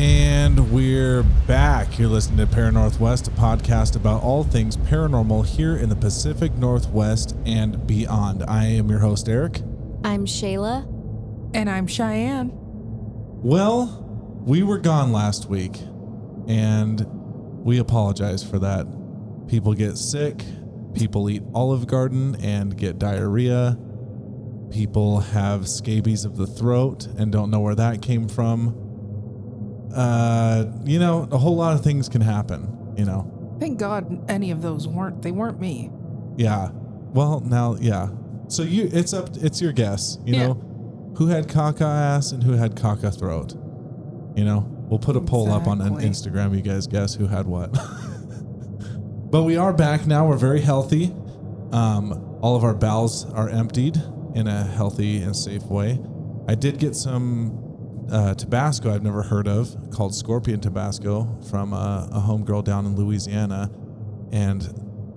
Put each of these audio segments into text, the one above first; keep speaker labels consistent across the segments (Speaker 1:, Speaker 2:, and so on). Speaker 1: And we're back. You're listening to Paranorthwest, a podcast about all things paranormal here in the Pacific Northwest and beyond. I am your host, Eric.
Speaker 2: I'm Shayla.
Speaker 3: And I'm Cheyenne.
Speaker 1: Well, we were gone last week, and we apologize for that. People get sick, people eat Olive Garden and get diarrhea, people have scabies of the throat and don't know where that came from. Uh, you know, a whole lot of things can happen, you know.
Speaker 3: Thank God any of those weren't. They weren't me.
Speaker 1: Yeah. Well, now, yeah. So you, it's up, it's your guess. You
Speaker 3: Yeah.
Speaker 1: know, who had caca ass and who had caca throat. You know, we'll put a poll up on an
Speaker 3: Exactly.
Speaker 1: Instagram. You guys guess who had what. but we are back now. We're very healthy. Um, all of our bowels are emptied in a healthy and safe way. I did get some uh, Tabasco I've never heard of called Scorpion Tabasco from uh, a, a homegirl down in Louisiana. And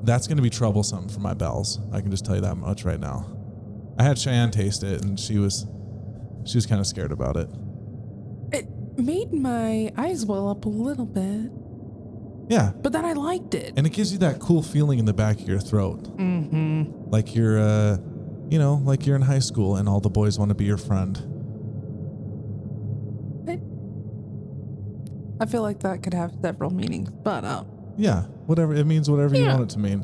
Speaker 1: that's going to be troublesome for my bowels. I can just tell you that much right now. I had Cheyenne taste it and she was she was kind of scared about it.
Speaker 3: It made my eyes well up a little bit,
Speaker 1: Yeah.
Speaker 3: but then I liked it.
Speaker 1: And it gives you that cool feeling in the back of your throat.
Speaker 3: Mm-hmm.
Speaker 1: Like you're uh you know, like you're in high school and all the boys want to be your friend.
Speaker 3: I feel like that could have several meanings, but uh,
Speaker 1: Yeah, whatever it means whatever you
Speaker 3: Yeah.
Speaker 1: want it to mean.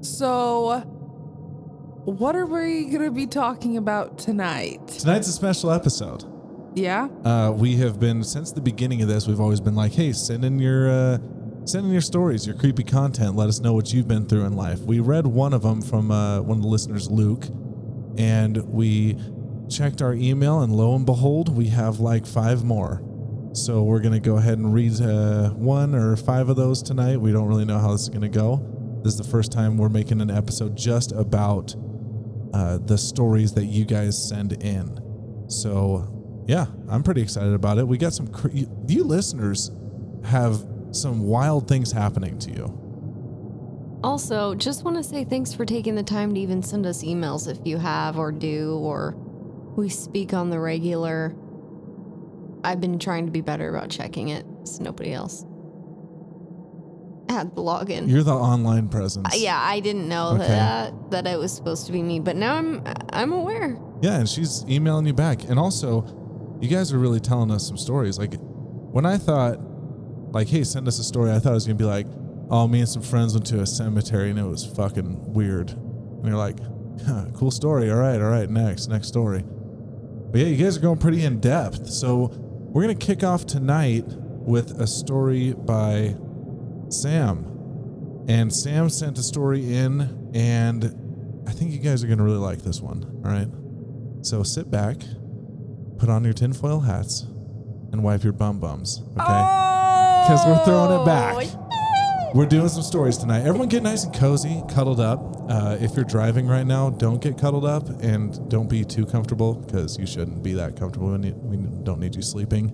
Speaker 3: so what are we gonna be talking about tonight?
Speaker 1: Tonight's a special episode.
Speaker 3: Yeah,
Speaker 1: Uh, we have been since the beginning of this. We've always been like, "Hey, send in your uh, send in your stories, your creepy content. Let us know what you've been through in life." We read one of them from uh, one of the listeners, Luke, and we checked our email, and lo and behold, we have like five more. So we're gonna go ahead and read uh, one or five of those tonight. We don't really know how this is gonna go. This is the first time we're making an episode just about uh, the stories that you guys send in. So, yeah, I'm pretty excited about it. We got some, cr- you, you listeners have some wild things happening to you.
Speaker 2: Also, just want to say thanks for taking the time to even send us emails if you have or do, or we speak on the regular. I've been trying to be better about checking it, so nobody else had the login.
Speaker 1: You're the online presence.
Speaker 2: Uh, yeah, I didn't know
Speaker 1: Okay.
Speaker 2: that that it was supposed to be me, but now I'm I'm aware.
Speaker 1: Yeah, and she's emailing you back. And also, you guys are really telling us some stories. Like, when I thought, like, hey, send us a story, I thought it was going to be like, oh, me and some friends went to a cemetery and it was fucking weird. And you're like, huh, cool story. All right, all right, next, next story. But yeah, you guys are going pretty in depth. So we're going to kick off tonight with a story by Sam. And Sam sent a story in, and I think you guys are going to really like this one. All right. So sit back, put on your tinfoil hats, and wipe your bum bums.
Speaker 3: Oh!
Speaker 1: Okay. Because we're throwing it back. We're doing some stories tonight. Everyone get nice and cozy, cuddled up. Uh, if you're driving right now, don't get cuddled up and don't be too comfortable because you shouldn't be that comfortable. When you, we don't need you sleeping.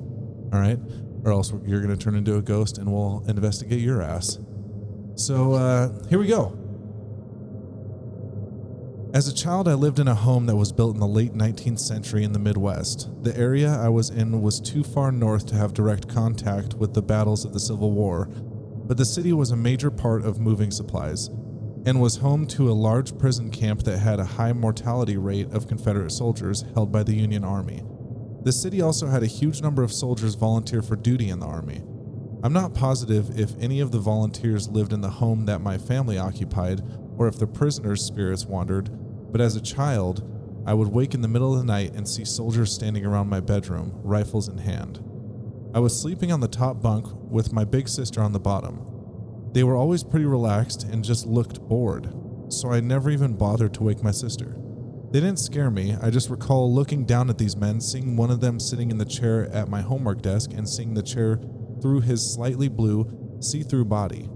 Speaker 1: All right. Or else you're going to turn into a ghost and we'll investigate your ass. So uh, here we go. As a child, I lived in a home that was built in the late 19th century in the Midwest. The area I was in was too far north to have direct contact with the battles of the Civil War, but the city was a major part of moving supplies and was home to a large prison camp that had a high mortality rate of Confederate soldiers held by the Union Army. The city also had a huge number of soldiers volunteer for duty in the Army. I'm not positive if any of the volunteers lived in the home that my family occupied or if the prisoners' spirits wandered, but as a child, I would wake in the middle of the night and see soldiers standing around my bedroom, rifles in hand. I was sleeping on the top bunk with my big sister on the bottom. They were always pretty relaxed and just looked bored, so I never even bothered to wake my sister. They didn't scare me. I just recall looking down at these men, seeing one of them sitting in the chair at my homework desk and seeing the chair through his slightly blue, see through body.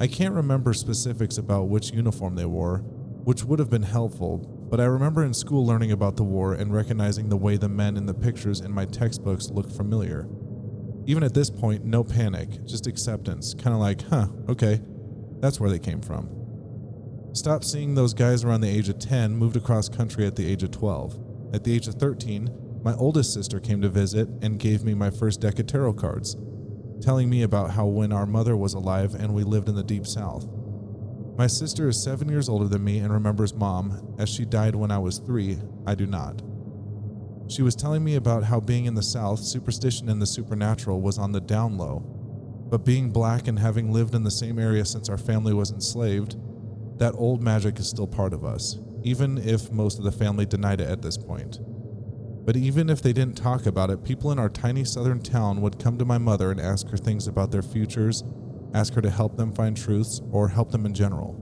Speaker 1: I can't remember specifics about which uniform they wore, which would have been helpful, but I remember in school learning about the war and recognizing the way the men in the pictures in my textbooks looked familiar. Even at this point, no panic, just acceptance, kind of like, huh, okay, that's where they came from. Stopped seeing those guys around the age of 10, moved across country at the age of 12. At the age of 13, My oldest sister came to visit and gave me my first deck of tarot cards, telling me about how when our mother was alive and we lived in the deep south. My sister is seven years older than me and remembers mom, as she died when I was three, I do not. She was telling me about how being in the South, superstition and the supernatural was on the down low, but being black and having lived in the same area since our family was enslaved, that old magic is still part of us, even if most of the family denied it at this point. But even if they didn't talk about it, people in our tiny southern town would come to my mother and ask her things about their futures, ask her to help them find truths, or help them in general.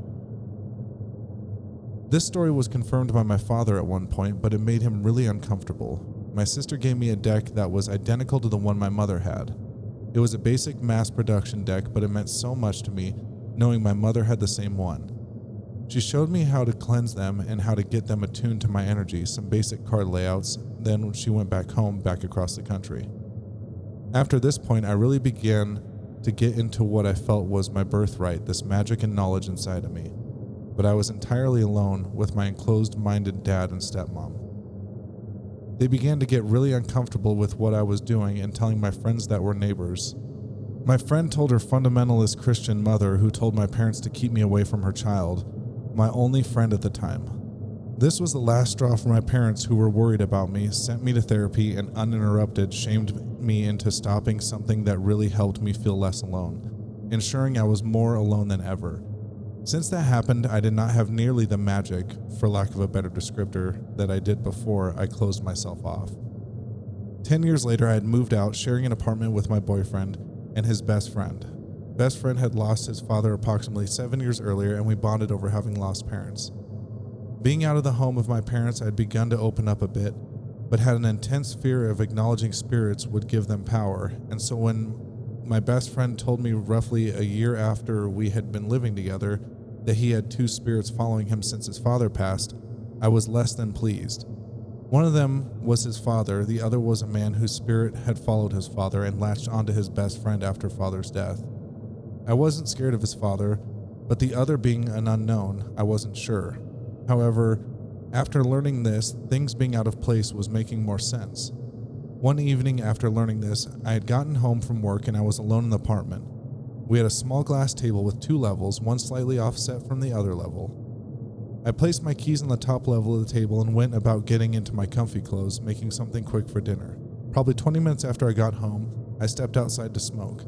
Speaker 1: This story was confirmed by my father at one point, but it made him really uncomfortable. My sister gave me a deck that was identical to the one my mother had. It was a basic mass production deck, but it meant so much to me knowing my mother had the same one. She showed me how to cleanse them and how to get them attuned to my energy, some basic card layouts, then when she went back home, back across the country. After this point, I really began to get into what I felt was my birthright, this magic and knowledge inside of me. But I was entirely alone with my enclosed minded dad and stepmom. They began to get really uncomfortable with what I was doing and telling my friends that were neighbors. My friend told her fundamentalist Christian mother, who told my parents to keep me away from her child, my only friend at the time. This was the last straw for my parents, who were worried about me, sent me to therapy, and uninterrupted shamed me into stopping something that really helped me feel less alone, ensuring I was more alone than ever. Since that happened, I did not have nearly the magic, for lack of a better descriptor, that I did before I closed myself off. Ten years later, I had moved out, sharing an apartment with my boyfriend and his best friend. Best friend had lost his father approximately seven years earlier, and we bonded over having lost parents. Being out of the home of my parents, I had begun to open up a bit, but had an intense fear of acknowledging spirits would give them power. And so when my best friend told me roughly a year after we had been living together that he had two spirits following him since his father passed, I was less than pleased. One of them was his father, the other was a man whose spirit had followed his father and latched onto his best friend after father's death. I wasn't scared of his father, but the other being an unknown, I wasn't sure. However, after learning this, things being out of place was making more sense. One evening after learning this, I had gotten home from work and I was alone in the apartment. We had a small glass table with two levels, one slightly offset from the other level. I placed my keys on the top level of the table and went about getting into my comfy clothes, making something quick for dinner. Probably 20 minutes after I got home, I stepped outside to smoke.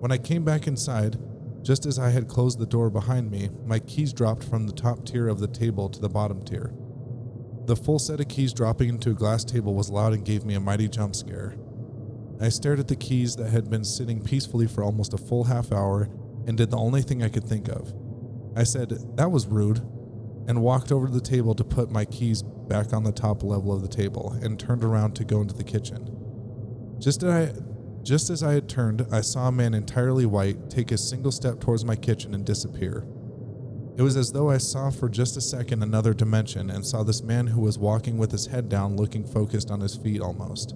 Speaker 1: When I came back inside, just as I had closed the door behind me, my keys dropped from the top tier of the table to the bottom tier. The full set of keys dropping into a glass table was loud and gave me a mighty jump scare. I stared at the keys that had been sitting peacefully for almost a full half hour and did the only thing I could think of. I said, That was rude, and walked over to the table to put my keys back on the top level of the table and turned around to go into the kitchen. Just as I, just as I had turned, I saw a man entirely white take a single step towards my kitchen and disappear. It was as though I saw for just a second another dimension and saw this man who was walking with his head down, looking focused on his feet almost.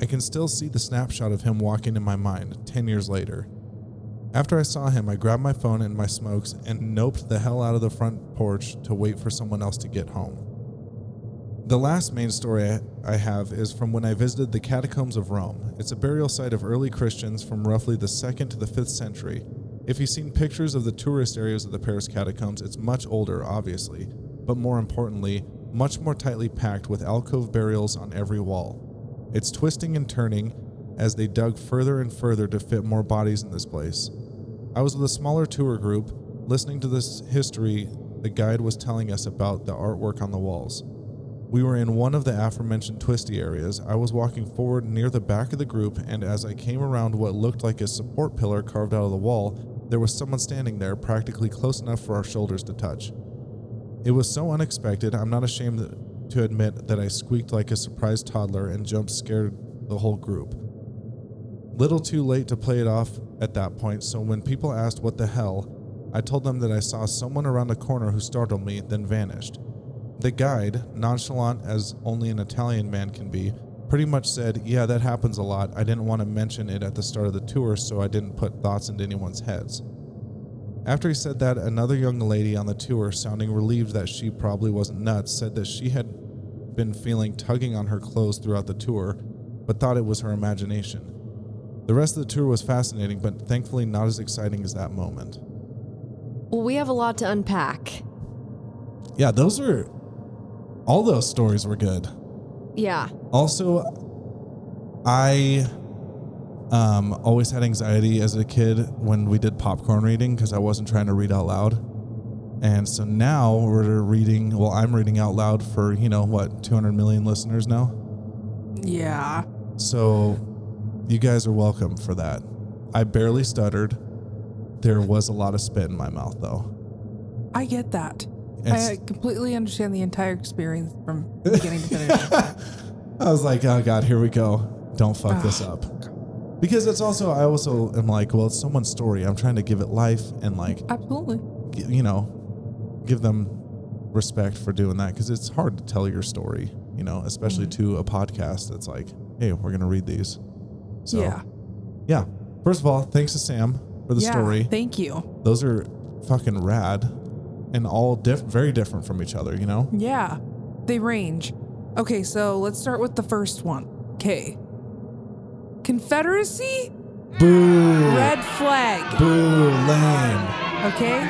Speaker 1: I can still see the snapshot of him walking in my mind 10 years later. After I saw him, I grabbed my phone and my smokes and noped the hell out of the front porch to wait for someone else to get home. The last main story I- I have is from when I visited the Catacombs of Rome. It's a burial site of early Christians from roughly the 2nd to the 5th century. If you've seen pictures of the tourist areas of the Paris catacombs, it's much older, obviously, but more importantly, much more tightly packed with alcove burials on every wall. It's twisting and turning as they dug further and further to fit more bodies in this place. I was with a smaller tour group listening to this history the guide was telling us about the artwork on the walls. We were in one of the aforementioned twisty areas. I was walking forward near the back of the group, and as I came around what looked like a support pillar carved out of the wall, there was someone standing there, practically close enough for our shoulders to touch. It was so unexpected, I'm not ashamed to admit that I squeaked like a surprised toddler and jump scared the whole group. Little too late to play it off at that point, so when people asked what the hell, I told them that I saw someone around a corner who startled me, then vanished. The guide, nonchalant as only an Italian man can be, pretty much said, Yeah, that happens a lot. I didn't want to mention it at the start of the tour, so I didn't put thoughts into anyone's heads. After he said that, another young lady on the tour, sounding relieved that she probably wasn't nuts, said that she had been feeling tugging on her clothes throughout the tour, but thought it was her imagination. The rest of the tour was fascinating, but thankfully not as exciting as that moment.
Speaker 2: Well, we have a lot to unpack.
Speaker 1: Yeah, those are. All those stories were good.
Speaker 2: Yeah.
Speaker 1: Also, I um, always had anxiety as a kid when we did popcorn reading because I wasn't trying to read out loud. And so now we're reading, well, I'm reading out loud for, you know, what, 200 million listeners now?
Speaker 3: Yeah.
Speaker 1: So you guys are welcome for that. I barely stuttered. There was a lot of spit in my mouth, though.
Speaker 3: I get that.
Speaker 1: It's-
Speaker 3: I completely understand the entire experience from beginning to finish.
Speaker 1: I was like, oh God, here we go. Don't fuck this
Speaker 3: Ah.
Speaker 1: up. Because it's also, I also am like, well, it's someone's story. I'm trying to give it life and, like,
Speaker 3: Absolutely.
Speaker 1: g- you know, give them respect for doing that because it's hard to tell your story, you know, especially
Speaker 3: Mm.
Speaker 1: to a podcast that's like, hey, we're going to read these. So,
Speaker 3: yeah.
Speaker 1: yeah. First of all, thanks to Sam for the
Speaker 3: yeah.
Speaker 1: story.
Speaker 3: Thank you.
Speaker 1: Those are fucking rad and all diff- very different from each other, you know?
Speaker 3: Yeah. They range. Okay, so let's start with the first one. Okay. Confederacy?
Speaker 1: Boo!
Speaker 3: Red flag.
Speaker 1: Boo! Lame!
Speaker 3: Okay?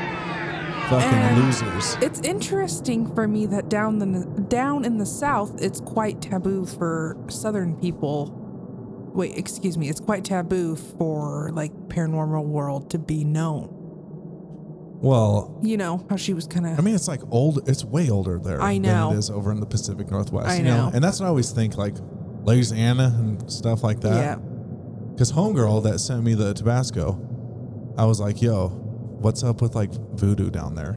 Speaker 1: Fucking
Speaker 3: And-
Speaker 1: losers.
Speaker 3: It's interesting for me that down the down in the south, it's quite taboo for southern people. Wait, excuse me. It's quite taboo for like paranormal world to be known.
Speaker 1: Well,
Speaker 3: You know how she was kind of.
Speaker 1: I mean, it's like old. It's way older there
Speaker 3: I
Speaker 1: than
Speaker 3: know.
Speaker 1: it is over in the Pacific Northwest.
Speaker 3: I
Speaker 1: you know?
Speaker 3: know.
Speaker 1: and that's what I always think, like Louisiana and stuff like
Speaker 3: yeah,
Speaker 1: that. Because homegirl that sent me the Tabasco, I was like, "Yo, what's up with like voodoo down there?"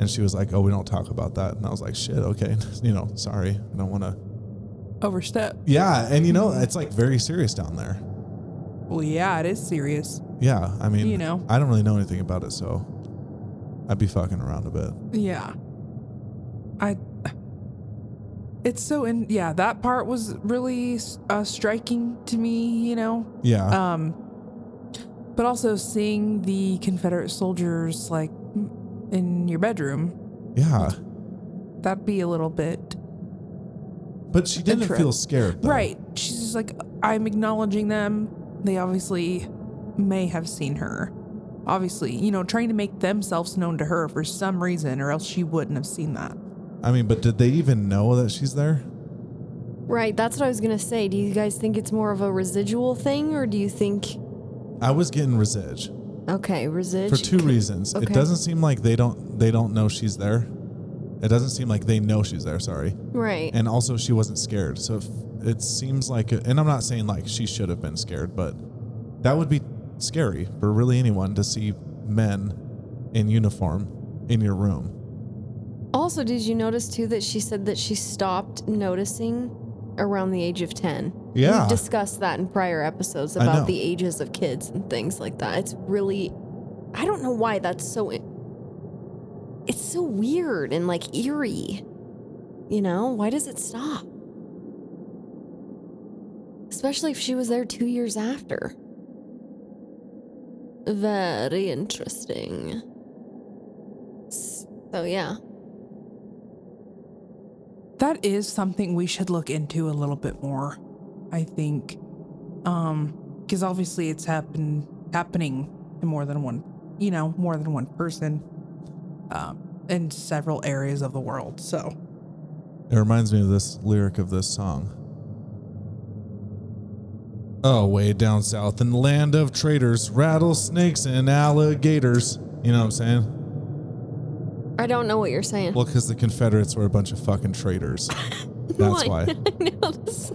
Speaker 1: And she was like, "Oh, we don't talk about that." And I was like, "Shit, okay, you know, sorry, I don't want to."
Speaker 3: overstep.
Speaker 1: Yeah, and you know, it's like very serious down there.
Speaker 3: Well, yeah, it is serious.
Speaker 1: Yeah, I mean,
Speaker 3: You know.
Speaker 1: I don't really know anything about it, so I'd be fucking around a bit.
Speaker 3: Yeah, I. It's so in. Yeah, that part was really uh, striking to me. You know,
Speaker 1: Yeah,
Speaker 3: um but also seeing the confederate soldiers like in your bedroom
Speaker 1: yeah,
Speaker 3: that'd be a little bit
Speaker 1: but she didn't
Speaker 3: intro.
Speaker 1: feel scared, though.
Speaker 3: right she's just like i'm acknowledging them they obviously may have seen her obviously you know trying to make themselves known to her for some reason or else she wouldn't have seen that
Speaker 1: I mean, but did they even know that she's there?
Speaker 2: Right. That's what I was going to say. Do you guys think it's more of a residual thing or do you think.
Speaker 1: I was getting resige
Speaker 2: Okay, resid.
Speaker 1: for two reasons. It
Speaker 2: okay.
Speaker 1: doesn't seem like they don't they don't know she's there. It doesn't seem like they know she's there. Sorry,
Speaker 2: Right.
Speaker 1: and also she wasn't scared. So if it seems like, and I'm not saying like she should have been scared, but that would be scary for really anyone to see men in uniform in your room.
Speaker 2: Also, did you notice too that she said that she stopped noticing around the age of 10?
Speaker 1: Yeah.
Speaker 2: We've discussed that in prior episodes
Speaker 1: I know.
Speaker 2: about the ages of kids and things like that. It's really, I don't know why that's so, it's so weird and like eerie. You know, why does it stop? Especially if she was there two years after. Very interesting. So, yeah.
Speaker 3: that is something we should look into a little bit more i think um because obviously it's happened happening to more than one you know more than one person um in several areas of the world so
Speaker 1: It reminds me of this lyric of this song. Oh, way down south in the land of traitors, rattlesnakes and alligators. You know what I'm saying?
Speaker 2: I don't know what you're saying.
Speaker 1: Well, because the Confederates were a bunch of fucking traitors. That's why.
Speaker 2: I know this.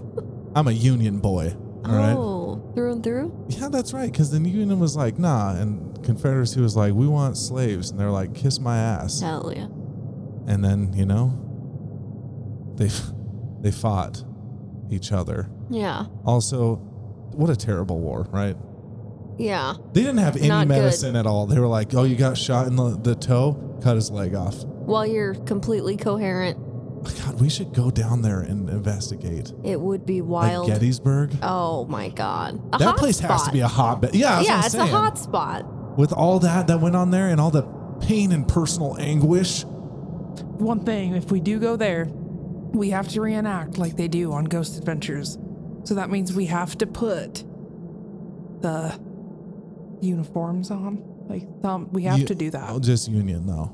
Speaker 1: I'm a Union boy. All right.
Speaker 2: Oh, through and through?
Speaker 1: Yeah, that's right. Because the Union was like, nah. And Confederacy was like, we want slaves. And they're like, kiss my ass.
Speaker 2: Hell yeah.
Speaker 1: And then, you know, they, they fought each other.
Speaker 2: Yeah.
Speaker 1: Also, what a terrible war, right?
Speaker 2: Yeah.
Speaker 1: They didn't have any
Speaker 2: Not good.
Speaker 1: medicine at all. They were like, oh, you got shot in the, the toe, cut his leg off.
Speaker 2: While you're completely coherent,
Speaker 1: God, we should go down there and investigate.
Speaker 2: it would be
Speaker 1: Like
Speaker 2: wild.
Speaker 1: Gettysburg.
Speaker 2: oh my god. A
Speaker 1: that
Speaker 2: hot
Speaker 1: place has to
Speaker 2: spot.
Speaker 1: be a hotbed. Yeah, that's
Speaker 2: yeah,
Speaker 1: what I'm
Speaker 2: it's
Speaker 1: saying.
Speaker 2: a hot spot.
Speaker 1: With all that that went on there and all the pain and personal anguish.
Speaker 3: one thing if we do go there we have to reenact like they do on Ghost Adventures. So that means we have to put the uniforms on. Like, um, we have
Speaker 1: You-
Speaker 3: to do that.
Speaker 1: Oh, Just union, though.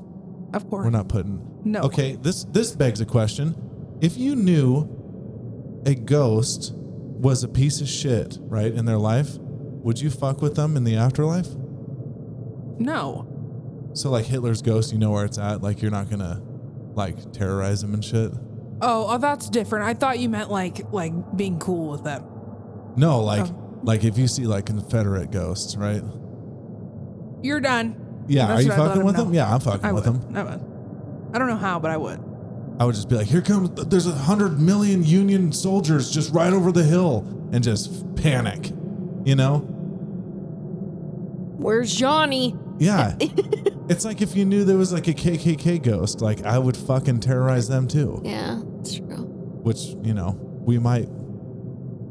Speaker 3: of course.
Speaker 1: We're not putting.
Speaker 3: No.
Speaker 1: Okay, this this begs a question. If you knew a ghost was a piece of shit, right, in their life, would you fuck with them in the afterlife?
Speaker 3: No.
Speaker 1: So like Hitler's ghost, you know where it's at. Like you're not gonna like terrorize them and shit.
Speaker 3: Oh, oh, that's different. I thought you meant like like being cool with them.
Speaker 1: No, like
Speaker 3: Oh.
Speaker 1: like if you see like Confederate ghosts, right?
Speaker 3: You're done.
Speaker 1: Yeah,
Speaker 3: That's
Speaker 1: are you
Speaker 3: what I thought
Speaker 1: fucking
Speaker 3: of
Speaker 1: with
Speaker 3: now.
Speaker 1: them? Yeah, I'm fucking
Speaker 3: I
Speaker 1: with
Speaker 3: would.
Speaker 1: them.
Speaker 3: I would. I don't know how, but I would.
Speaker 1: I would just be like, here comes there's a hundred million Union soldiers just right over the hill, and just panic, you know?
Speaker 2: Where's Johnny?
Speaker 1: Yeah. it's like if you knew there was like a KKK ghost, like I would fucking terrorize them too.
Speaker 2: Yeah, it's true.
Speaker 1: Which, you know, we might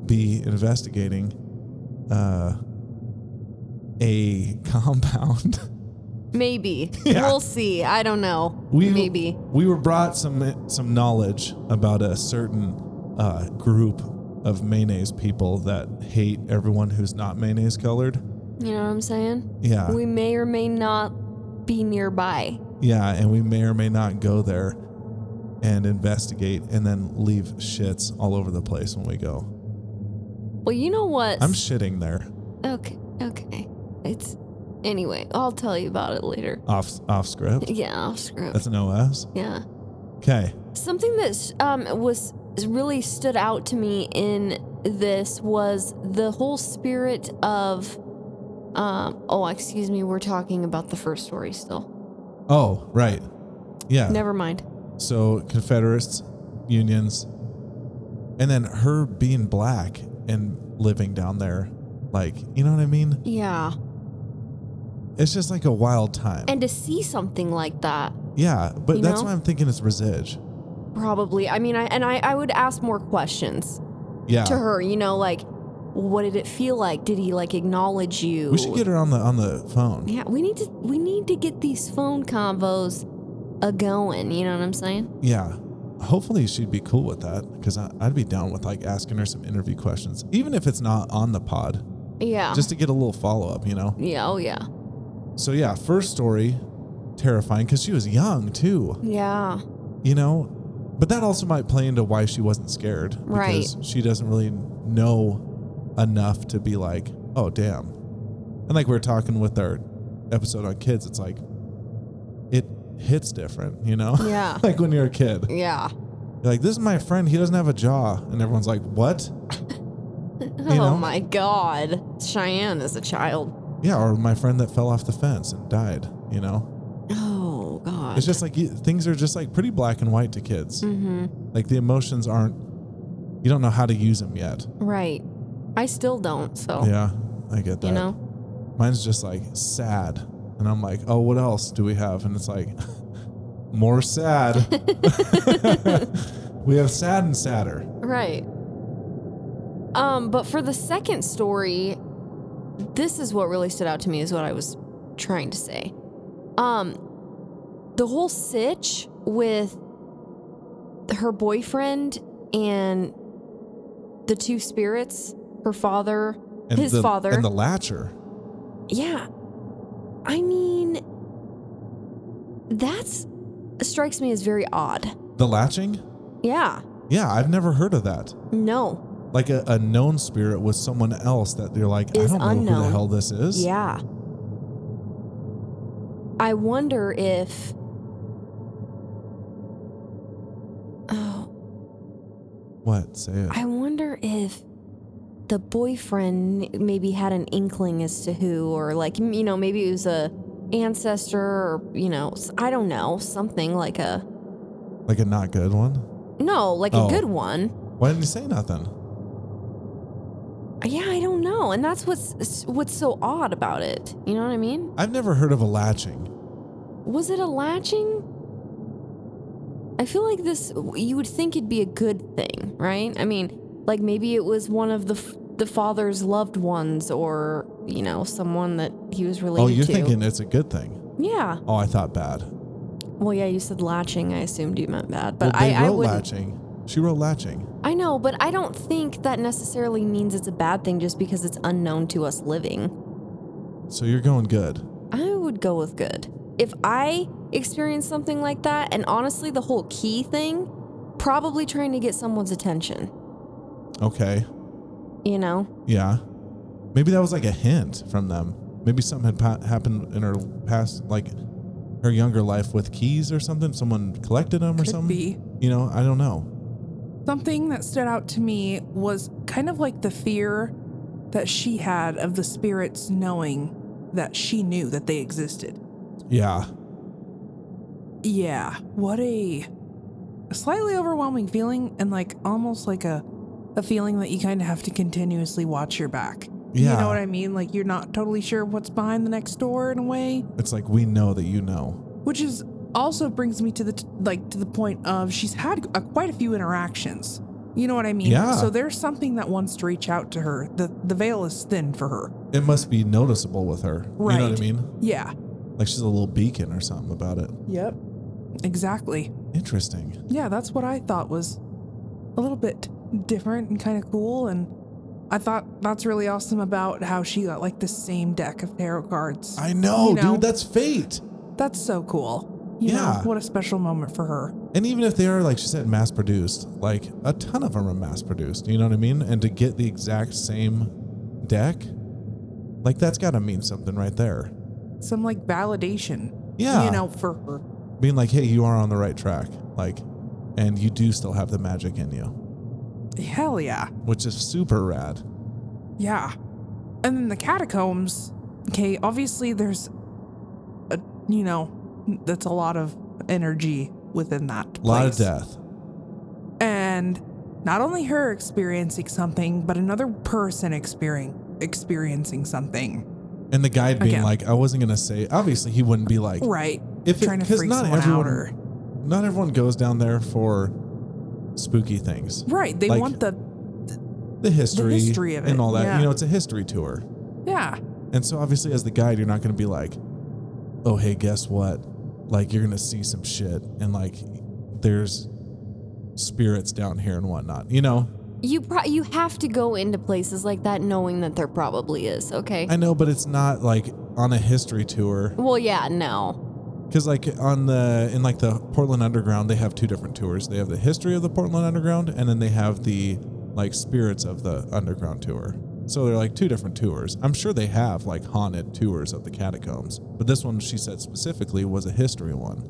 Speaker 1: be investigating uh a compound.
Speaker 2: Maybe.
Speaker 1: Yeah.
Speaker 2: We'll see. I don't know.
Speaker 1: we
Speaker 2: Maybe.
Speaker 1: we were brought some some knowledge about a certain uh group of mayonnaise people that hate everyone who's not mayonnaise colored.
Speaker 2: You know what I'm saying?
Speaker 1: Yeah.
Speaker 2: We may or may not be nearby.
Speaker 1: Yeah, and we may or may not go there and investigate and then leave shits all over the place when we go.
Speaker 2: Well, you know what?
Speaker 1: I'm shitting there
Speaker 2: okay, okay. It's anyway. I'll tell you about it later.
Speaker 1: off off script.
Speaker 2: Yeah, I'll screw. up.
Speaker 1: That's an OS.
Speaker 2: Yeah.
Speaker 1: Okay.
Speaker 2: Something that um, was really stood out to me in this was the whole spirit of. Um, oh, excuse me. We're talking about the first story still.
Speaker 1: Oh, right. Yeah.
Speaker 2: Never mind.
Speaker 1: So Confederates, Unions, and then her being black and living down there. Like, you know what I mean?
Speaker 2: Yeah.
Speaker 1: It's just like a wild time.
Speaker 2: And to see something like that,
Speaker 1: yeah, but
Speaker 2: You
Speaker 1: that's
Speaker 2: know?
Speaker 1: why I'm thinking it's Resige.
Speaker 2: probably. I mean, I, and I, I would ask more questions
Speaker 1: Yeah.
Speaker 2: to her, you know, like, what did it feel like? Did he, like, acknowledge you?
Speaker 1: We should get her on the on the phone.
Speaker 2: Yeah, we need to we need to get these phone convos a going. You know what I'm saying?
Speaker 1: Yeah. Hopefully she'd be cool with that because I'd be down with like asking her some interview questions, even if it's not on the pod,
Speaker 2: Yeah.
Speaker 1: just to get a little follow up, you know?
Speaker 2: yeah. Oh yeah.
Speaker 1: So, yeah, first story, terrifying because she was young too,
Speaker 2: Yeah.
Speaker 1: you know? But that also might play into why she wasn't scared. Because
Speaker 2: Right.
Speaker 1: she doesn't really know enough to be like, oh, damn. And like we were talking with our episode on kids, it's like, it hits different, you know?
Speaker 2: Yeah.
Speaker 1: like when you're a kid.
Speaker 2: Yeah.
Speaker 1: You're like, this is my friend. He doesn't have a jaw. And everyone's like, what?
Speaker 2: oh
Speaker 1: know?
Speaker 2: my God. Cheyenne is a child.
Speaker 1: Yeah. Or my friend that fell off the fence and died, you know?
Speaker 2: Oh God.
Speaker 1: It's just like you, things are just like pretty black and white to kids.
Speaker 2: Mm-hmm.
Speaker 1: Like the emotions aren't, you don't know how to use them yet.
Speaker 2: Right. I still don't. So
Speaker 1: Yeah. I get that.
Speaker 2: Oh. you know.
Speaker 1: Mine's just like sad. And I'm like, oh, what else do we have? And it's like, more sad. we have sad and sadder.
Speaker 2: Right. Um. But for the second story, this is what really stood out to me. Is what I was trying to say. Um, the whole sitch with her boyfriend and the two spirits, her father,
Speaker 1: And
Speaker 2: his
Speaker 1: the,
Speaker 2: father,
Speaker 1: And the latcher.
Speaker 2: Yeah. I mean, that's strikes me as very odd.
Speaker 1: The latching?
Speaker 2: Yeah.
Speaker 1: Yeah. I've never heard of that.
Speaker 2: No.
Speaker 1: like a, a known spirit with someone else that they're like,
Speaker 2: Is
Speaker 1: I don't know who the
Speaker 2: unknown.
Speaker 1: hell this is.
Speaker 2: Yeah. I wonder if. Oh,
Speaker 1: What? Say it.
Speaker 2: I wonder if the boyfriend maybe had an inkling as to who, or like m- you know, maybe it was a ancestor, or you know, s- I don't know, something like a
Speaker 1: like a not good one.
Speaker 2: no, like
Speaker 1: Oh.
Speaker 2: a good one.
Speaker 1: Why didn't you say nothing?
Speaker 2: Yeah, I don't know, and that's what's what's so odd about it. You know what I mean?
Speaker 1: I've never heard of a latching.
Speaker 2: Was it a latching? I feel like this. You would think it'd be a good thing, right? I mean, like maybe it was one of the f- the father's loved ones, or you know, someone that he was related
Speaker 1: Oh, you're
Speaker 2: to.
Speaker 1: thinking it's a good thing.
Speaker 2: yeah.
Speaker 1: Oh, I thought bad.
Speaker 2: Well, yeah, you said latching. I assumed you meant bad, but
Speaker 1: well, they
Speaker 2: I I
Speaker 1: wrote
Speaker 2: wouldn't.
Speaker 1: latching. She wrote latching.
Speaker 2: I know, but I don't think that necessarily means it's a bad thing just because it's unknown to us living.
Speaker 1: So you're going good.
Speaker 2: I would go with good. If I experienced something like that, and honestly, the whole key thing, probably trying to get someone's attention,
Speaker 1: Okay.
Speaker 2: you know?
Speaker 1: Yeah. Maybe that was like a hint from them. Maybe something had pa- happened in her past, like her younger life with keys or something. Someone collected them or
Speaker 3: Could
Speaker 1: something.
Speaker 3: be.
Speaker 1: You know, I don't know.
Speaker 3: Something that stood out to me was kind of like the fear that she had of the spirits knowing that she knew that they existed.
Speaker 1: Yeah.
Speaker 3: Yeah, what a a slightly overwhelming feeling and like almost like a a feeling that you kind of have to continuously watch your back. You
Speaker 1: Yeah.
Speaker 3: know what I mean? Like you're not totally sure what's behind the next door in a way,
Speaker 1: It's like we know that you know.
Speaker 3: which is also brings me to the t- like to the point of she's had a, quite a few interactions. You know what I mean?
Speaker 1: Yeah.
Speaker 3: So there's something that wants to reach out to her. The the veil is thin for her.
Speaker 1: It must be noticeable with her. You know what I
Speaker 3: Right.
Speaker 1: mean?
Speaker 3: Yeah.
Speaker 1: Like she's a little beacon or something about it.
Speaker 3: Yep. Exactly.
Speaker 1: Interesting.
Speaker 3: yeah, that's what I thought was a little bit different and kind of cool. And I thought that's really awesome about how she got like the same deck of tarot cards.
Speaker 1: I know,
Speaker 3: You know?
Speaker 1: dude. That's fate.
Speaker 3: that's so cool. You know,
Speaker 1: Yeah.
Speaker 3: what a special moment for her.
Speaker 1: And even if they are, like she said, mass produced, like a ton of them are mass produced. You know what I mean? And to get the exact same deck, like that's got to mean something right there.
Speaker 3: Some like validation,
Speaker 1: Yeah.
Speaker 3: you know, for her.
Speaker 1: Being like, hey, you are on the right track. Like, and you do still have the magic in you,
Speaker 3: Hell yeah.
Speaker 1: which is super rad.
Speaker 3: Yeah. And then the catacombs. Okay, obviously there's a, you know, that's a lot of energy within that.
Speaker 1: A lot
Speaker 3: place.
Speaker 1: of death.
Speaker 3: and not only her experiencing something, but another person experiencing experiencing something.
Speaker 1: And the guide being
Speaker 3: Again.
Speaker 1: like, I wasn't going to say, obviously, he wouldn't be like,
Speaker 3: Right.
Speaker 1: If it-
Speaker 3: Trying to
Speaker 1: 'cause
Speaker 3: freak
Speaker 1: not
Speaker 3: someone
Speaker 1: everyone-
Speaker 3: out or
Speaker 1: not everyone goes down there for spooky things.
Speaker 3: Right. They
Speaker 1: like-
Speaker 3: want the
Speaker 1: The history,
Speaker 3: history of it,
Speaker 1: and all that.
Speaker 3: yeah.
Speaker 1: You know, it's a history tour.
Speaker 3: Yeah.
Speaker 1: And so obviously as the guide, you're not gonna be like, oh hey, guess what? Like you're gonna see some shit and like there's spirits down here and whatnot. You know?
Speaker 2: You pro- you have to go into places like that knowing that there probably is, okay?
Speaker 1: I know, but it's not like on a history tour.
Speaker 2: well, yeah, no.
Speaker 1: Cause like on the in like the Portland Underground, they have two different tours. They have the history of the Portland Underground and then they have the like spirits of the underground tour. So they're like two different tours. I'm sure they have like haunted tours of the catacombs. But this one she said specifically was a history one.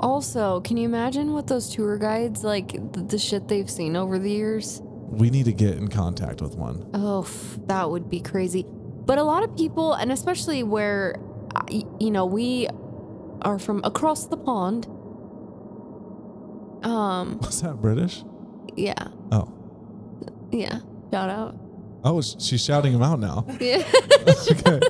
Speaker 2: Also, can you imagine what those tour guides like the, the shit they've seen over the years?
Speaker 1: We need to get in contact with one.
Speaker 2: Oh, f- that would be crazy. But a lot of people, and especially where, uh, y- you know, we are from across the pond. Um,
Speaker 1: Was that British?
Speaker 2: yeah,
Speaker 1: Oh.
Speaker 2: yeah. Shout out.
Speaker 1: Oh, sh- she's shouting him out now.
Speaker 2: Yeah.
Speaker 1: Okay.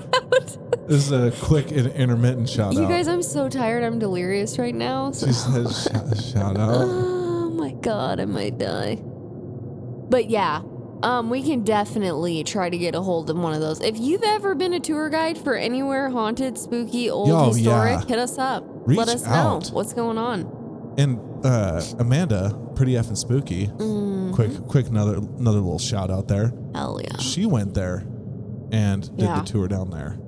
Speaker 1: this is a quick and intermittent shout
Speaker 2: you
Speaker 1: out.
Speaker 2: guys, I'm so tired. I'm delirious right now. So.
Speaker 1: she says sh- shout out.
Speaker 2: Oh my god, I might die. But yeah, um, we can definitely try to get a hold of one of those. If you've ever been a tour guide for anywhere haunted, spooky, old,
Speaker 1: Yo,
Speaker 2: historic,
Speaker 1: yeah.
Speaker 2: hit us up.
Speaker 1: Reach
Speaker 2: Let us
Speaker 1: out.
Speaker 2: know what's going on.
Speaker 1: And uh, Amanda, pretty effing spooky.
Speaker 2: Mm,
Speaker 1: Quick, quick, another another little shout out there.
Speaker 2: hell yeah.
Speaker 1: She went there and did
Speaker 2: Yeah.
Speaker 1: the tour down there.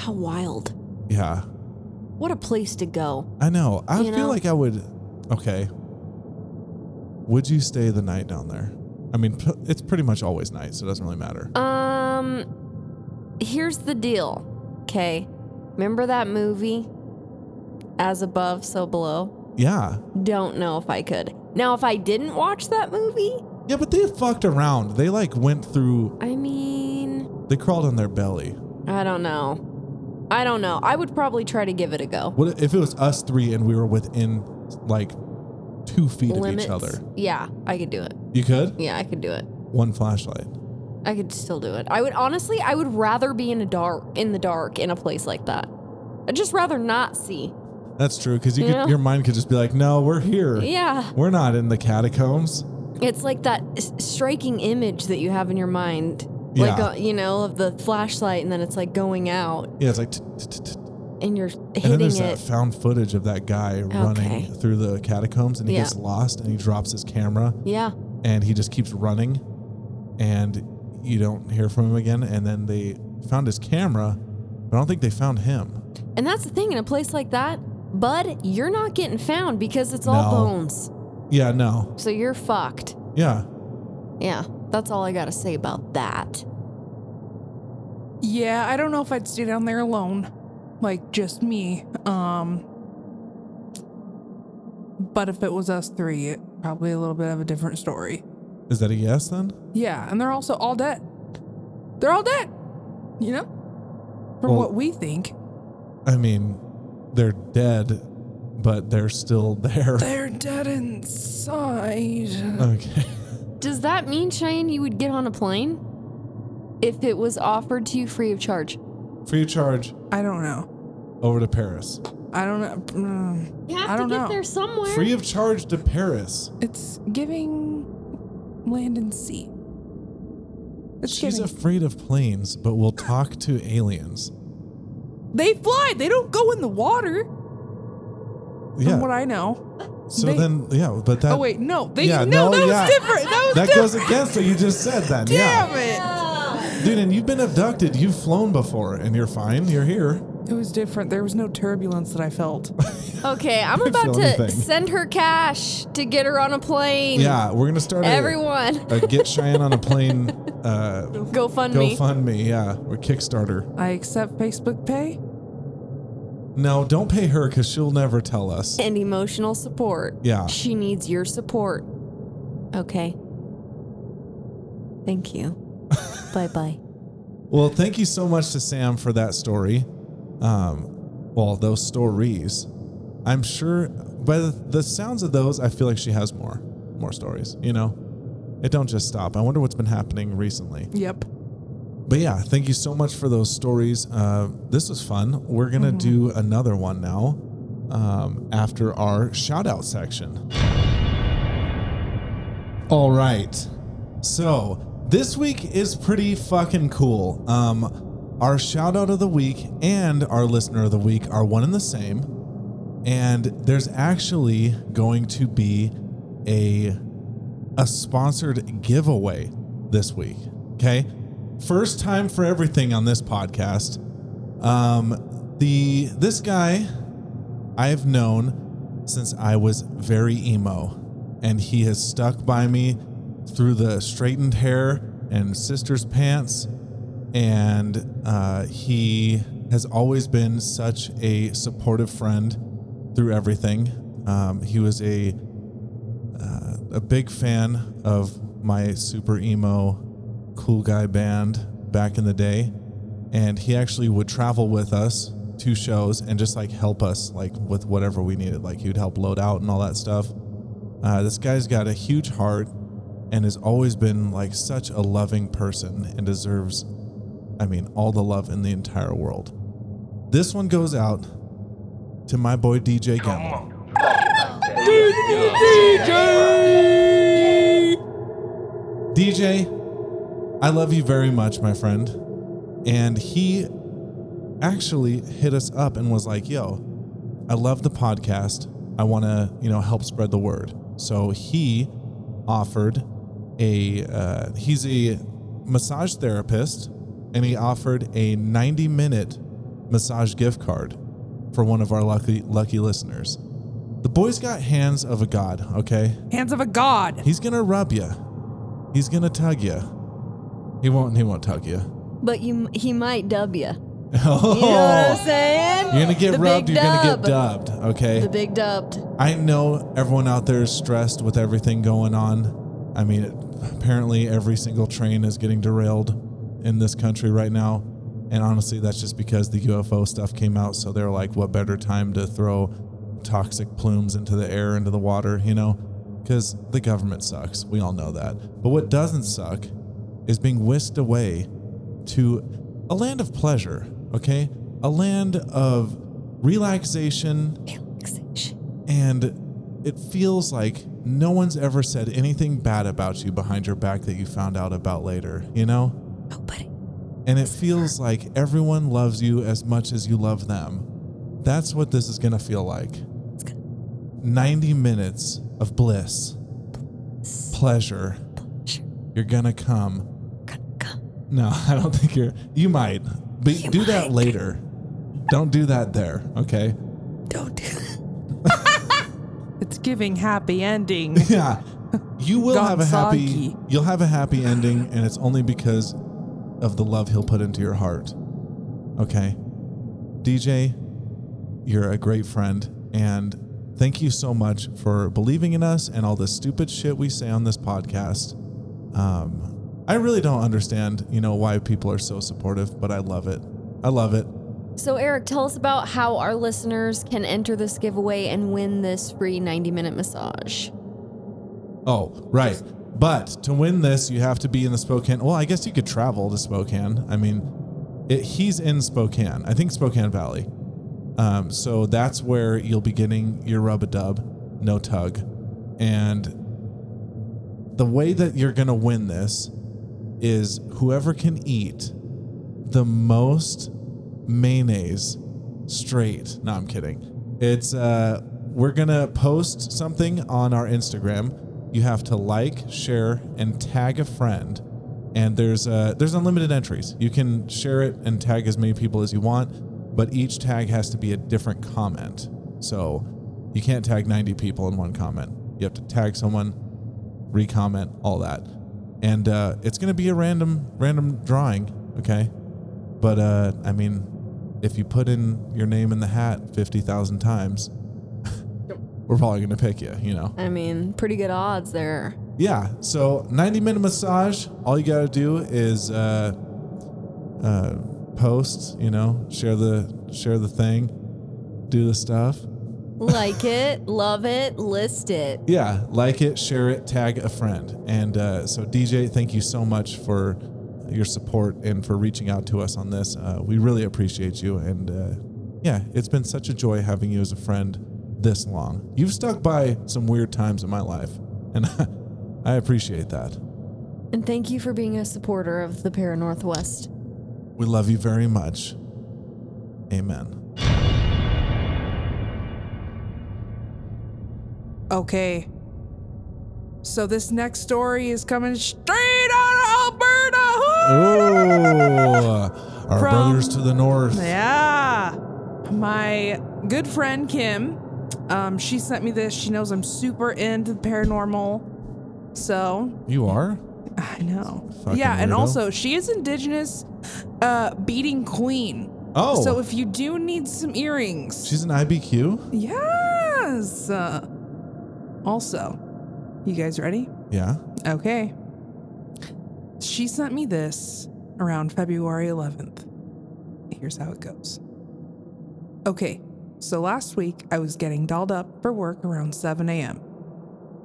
Speaker 2: How wild.
Speaker 1: Yeah,
Speaker 2: What a place to go.
Speaker 1: I know. I
Speaker 2: You
Speaker 1: feel
Speaker 2: know?
Speaker 1: like I would. Okay. Would you stay the night down there? I mean, p- it's pretty much always night, so it doesn't really matter.
Speaker 2: Um, here's the deal, okay? Remember that movie? As above, so below?
Speaker 1: Yeah.
Speaker 2: Don't know if I could. Now, if I didn't watch that movie,
Speaker 1: Yeah, but they fucked around. They like went through.
Speaker 2: I mean,
Speaker 1: They crawled on their belly.
Speaker 2: I don't know. I don't know. I would probably try to give it a go.
Speaker 1: What if it was us three and we were within like two feet
Speaker 2: Limits.
Speaker 1: of each other?
Speaker 2: Yeah, I could do it.
Speaker 1: You could
Speaker 2: Yeah, I could do it.
Speaker 1: one flashlight.
Speaker 2: I could still do it. I would honestly, I would rather be in a dark in the dark in a place like that. I'd just rather not see.
Speaker 1: That's true because you
Speaker 2: Yeah.
Speaker 1: could, your mind could just be like, no, we're here.
Speaker 2: Yeah,
Speaker 1: We're not in the catacombs.
Speaker 2: it's like that s- striking image that you have in your mind, like
Speaker 1: Yeah.
Speaker 2: uh, you know, of the flashlight, and then it's like going out.
Speaker 1: Yeah, it's like. t- t- t- t-
Speaker 2: and you're
Speaker 1: And then
Speaker 2: hitting
Speaker 1: there's that
Speaker 2: it.
Speaker 1: found footage of that guy
Speaker 2: Okay.
Speaker 1: running through the catacombs and he
Speaker 2: Yeah.
Speaker 1: gets lost and he drops his camera
Speaker 2: yeah.
Speaker 1: and he just keeps running and you don't hear from him again. And then they found his camera, but I don't think they found him.
Speaker 2: And that's the thing in a place like that, bud, you're not getting found because it's all
Speaker 1: No.
Speaker 2: bones.
Speaker 1: Yeah, no.
Speaker 2: So you're fucked.
Speaker 1: Yeah.
Speaker 2: Yeah. That's all I got to say about that.
Speaker 3: Yeah, I don't know if I'd stay down there alone, like just me. Um, but if it was us three, it probably a little bit of a different story.
Speaker 1: Is that a yes then?
Speaker 3: Yeah, and they're also all dead. They're all dead. You know, from
Speaker 1: Well-
Speaker 3: what we think,
Speaker 1: I mean, they're dead, but they're still there.
Speaker 3: they're dead inside.
Speaker 1: okay.
Speaker 2: Does that mean, Cheyenne, you would get on a plane if it was offered to you free of charge?
Speaker 1: Free of charge
Speaker 3: I don't know.
Speaker 1: over to Paris.
Speaker 3: I don't know. Mm,
Speaker 2: You
Speaker 3: have I to don't get know. there
Speaker 2: somewhere.
Speaker 1: Free of charge to Paris.
Speaker 3: It's giving land and sea. It's
Speaker 1: She's
Speaker 3: giving.
Speaker 1: afraid of planes, but will talk to aliens.
Speaker 3: they fly. They don't go in the water.
Speaker 1: Yeah.
Speaker 3: From what I know.
Speaker 1: so
Speaker 3: they-
Speaker 1: then, yeah, but that
Speaker 3: oh wait, no. They
Speaker 1: Yeah, no,
Speaker 3: no, That
Speaker 1: yeah.
Speaker 3: was different. That was
Speaker 1: that
Speaker 3: different.
Speaker 1: goes against what you just said. Then,
Speaker 3: Damn
Speaker 1: yeah,
Speaker 2: Ah.
Speaker 1: dude, and you've been abducted. You've flown before, and you're fine. You're here.
Speaker 3: it. It was different. There was no turbulence that I felt.
Speaker 2: Okay, I'm
Speaker 1: Don't
Speaker 2: about
Speaker 1: feel
Speaker 2: to
Speaker 1: anything.
Speaker 2: send her cash to get her on a plane.
Speaker 1: Yeah, we're gonna start a-
Speaker 2: Everyone,
Speaker 1: A, get Cheyenne on a plane. Uh,
Speaker 2: go fund me.
Speaker 1: GoFundMe, yeah, or Kickstarter.
Speaker 3: I accept Facebook Pay.
Speaker 1: No, don't pay her because she'll never tell us.
Speaker 2: and emotional support.
Speaker 1: Yeah.
Speaker 2: She needs your support. Okay. Thank you. bye bye.
Speaker 1: Well, thank you so much to Sam for that story. Um, well, those stories. I'm sure by the, the sounds of those, I feel like she has more, more stories. You know, it don't just stop. I wonder what's been happening recently.
Speaker 3: Yep.
Speaker 1: But yeah, thank you so much for those stories. Uh, this was fun. We're gonna do another one now um, after our shout out section. All right. So this week is pretty fucking cool. Um, our shout out of the week and our listener of the week are one and the same. And there's actually going to be a a sponsored giveaway this week. Okay. First time for everything on this podcast. Um, the this guy I've known since I was very emo, and he has stuck by me through the straightened hair and sister's pants, and uh, he has always been such a supportive friend through everything. Um, he was a a big fan of my super emo cool guy band back in the day and he actually would travel with us to shows and just like help us like with whatever we needed like he would help load out and all that stuff uh, this guy's got a huge heart and has always been like such a loving person and deserves i mean all the love in the entire world this one goes out to my boy dj gamble DJ, I love you very much, my friend. And he actually hit us up and was like, yo, I love the podcast. I want to, you know, help spread the word. So he offered a, uh, he's a massage therapist and he offered a 90 minute massage gift card for one of our lucky, lucky listeners. The boy's got hands of a god, okay?
Speaker 3: Hands of a god.
Speaker 1: He's gonna rub you. He's gonna tug you. He won't. He won't tug you.
Speaker 2: But you, he might dub you. You
Speaker 1: Oh,
Speaker 2: know what I'm saying?
Speaker 1: you're gonna get
Speaker 2: The
Speaker 1: rubbed.
Speaker 2: big
Speaker 1: You're gonna get
Speaker 2: dub.
Speaker 1: dubbed. Okay.
Speaker 2: The big dubbed.
Speaker 1: I know everyone out there is stressed with everything going on. I mean, apparently every single train is getting derailed in this country right now. And honestly, that's just because the UFO stuff came out. So they're like, what better time to throw toxic plumes into the air, into the water, you know? Because the government sucks. We all know that. But what doesn't suck is being whisked away to a land of pleasure, okay? A land of relaxation and it feels like no one's ever said anything bad about you behind your back that you found out about later, you know?
Speaker 2: Nobody.
Speaker 1: And it feels like everyone loves you as much as you love them. That's what this is going to feel like 90 minutes of bliss, pleasure. You're going to come. No, I don't think you're. You might. But do that later. Don't do that there, okay?
Speaker 4: Don't do that.
Speaker 3: It's giving happy ending.
Speaker 1: Yeah. You will have a happy
Speaker 3: Gonzagi.
Speaker 1: you'll have a happy ending and it's only because of the love he'll put into your heart. Okay. DJ, you're a great friend and thank you so much for believing in us and all the stupid shit we say on this podcast. Um I really don't understand, you know, why people are so supportive, but I love it. I love it.
Speaker 2: So, Eric, tell us about how our listeners can enter this giveaway and win this free 90 minute massage.
Speaker 1: Oh, right. But to win this, you have to be in the Spokane. Well, I guess you could travel to Spokane. I mean, it, he's in Spokane. I think Spokane Valley. Um, so that's where you'll be getting your rub a dub, no tug. And the way that you're going to win this is whoever can eat the most mayonnaise straight. No, I'm kidding. It's uh we're gonna post something on our Instagram. You have to like, share, and tag a friend. And there's uh there's unlimited entries. You can share it and tag as many people as you want, but each tag has to be a different comment. So you can't tag 90 people in one comment. You have to tag someone recomment, all that. And uh, it's gonna be a random random drawing, okay? But uh, I mean, if you put in your name in the hat fifty thousand times, we're probably gonna pick you, you know.
Speaker 2: I mean, pretty good odds there.
Speaker 1: Yeah. So 90 minute massage. All you gotta do is uh, uh, post, you know, share the share the thing, do the stuff.
Speaker 2: Like it, love it, list it.
Speaker 1: yeah like it share it tag a friend and uh, so dj thank you so much for your support and for reaching out to us on this uh, we really appreciate you and uh, yeah it's been such a joy having you as a friend this long you've stuck by some weird times in my life and i appreciate that
Speaker 2: And thank you for being a supporter of the Para Northwest.
Speaker 1: we love you very much amen
Speaker 3: Okay. So this next story is coming straight out of Alberta.
Speaker 1: oh our
Speaker 3: From-
Speaker 1: brothers to the north
Speaker 3: Yeah. My good friend Kim, um, she sent me this. She knows I'm super into the paranormal. So
Speaker 1: you are
Speaker 3: I know.
Speaker 1: Fucking
Speaker 3: yeah, and
Speaker 1: weirdo.
Speaker 3: also she is indigenous uh beating queen.
Speaker 1: oh
Speaker 3: So if you do need some earrings.
Speaker 1: she's an ibq
Speaker 3: yes. Uh, also, you guys ready?
Speaker 1: yeah
Speaker 3: Okay. She sent me this around February 11th. Here's how it goes. Okay, so last week I was getting dolled up for work around 7 a.m.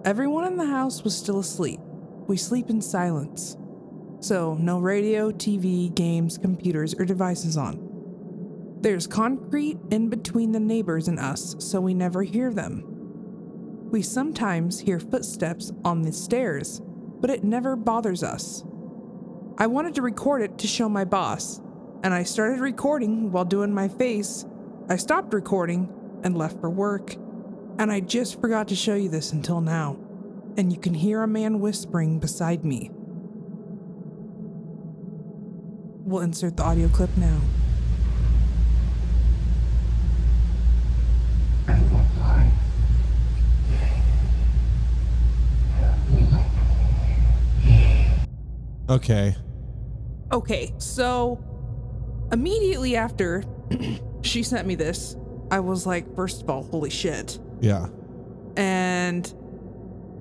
Speaker 3: Everyone in the house was still asleep. We sleep in silence. So, no radio, TV, games, computers, or devices on. There's concrete in between the neighbors and us, so we never hear them. We sometimes hear footsteps on the stairs, but it never bothers us. I wanted to record it to show my boss, and I started recording while doing my face. I stopped recording and left for work, and I just forgot to show you this until now. And you can hear a man whispering beside me. We'll insert the audio clip now.
Speaker 1: okay
Speaker 3: Okay, so immediately after she sent me this, I was like, first of all, holy shit.
Speaker 1: yeah
Speaker 3: And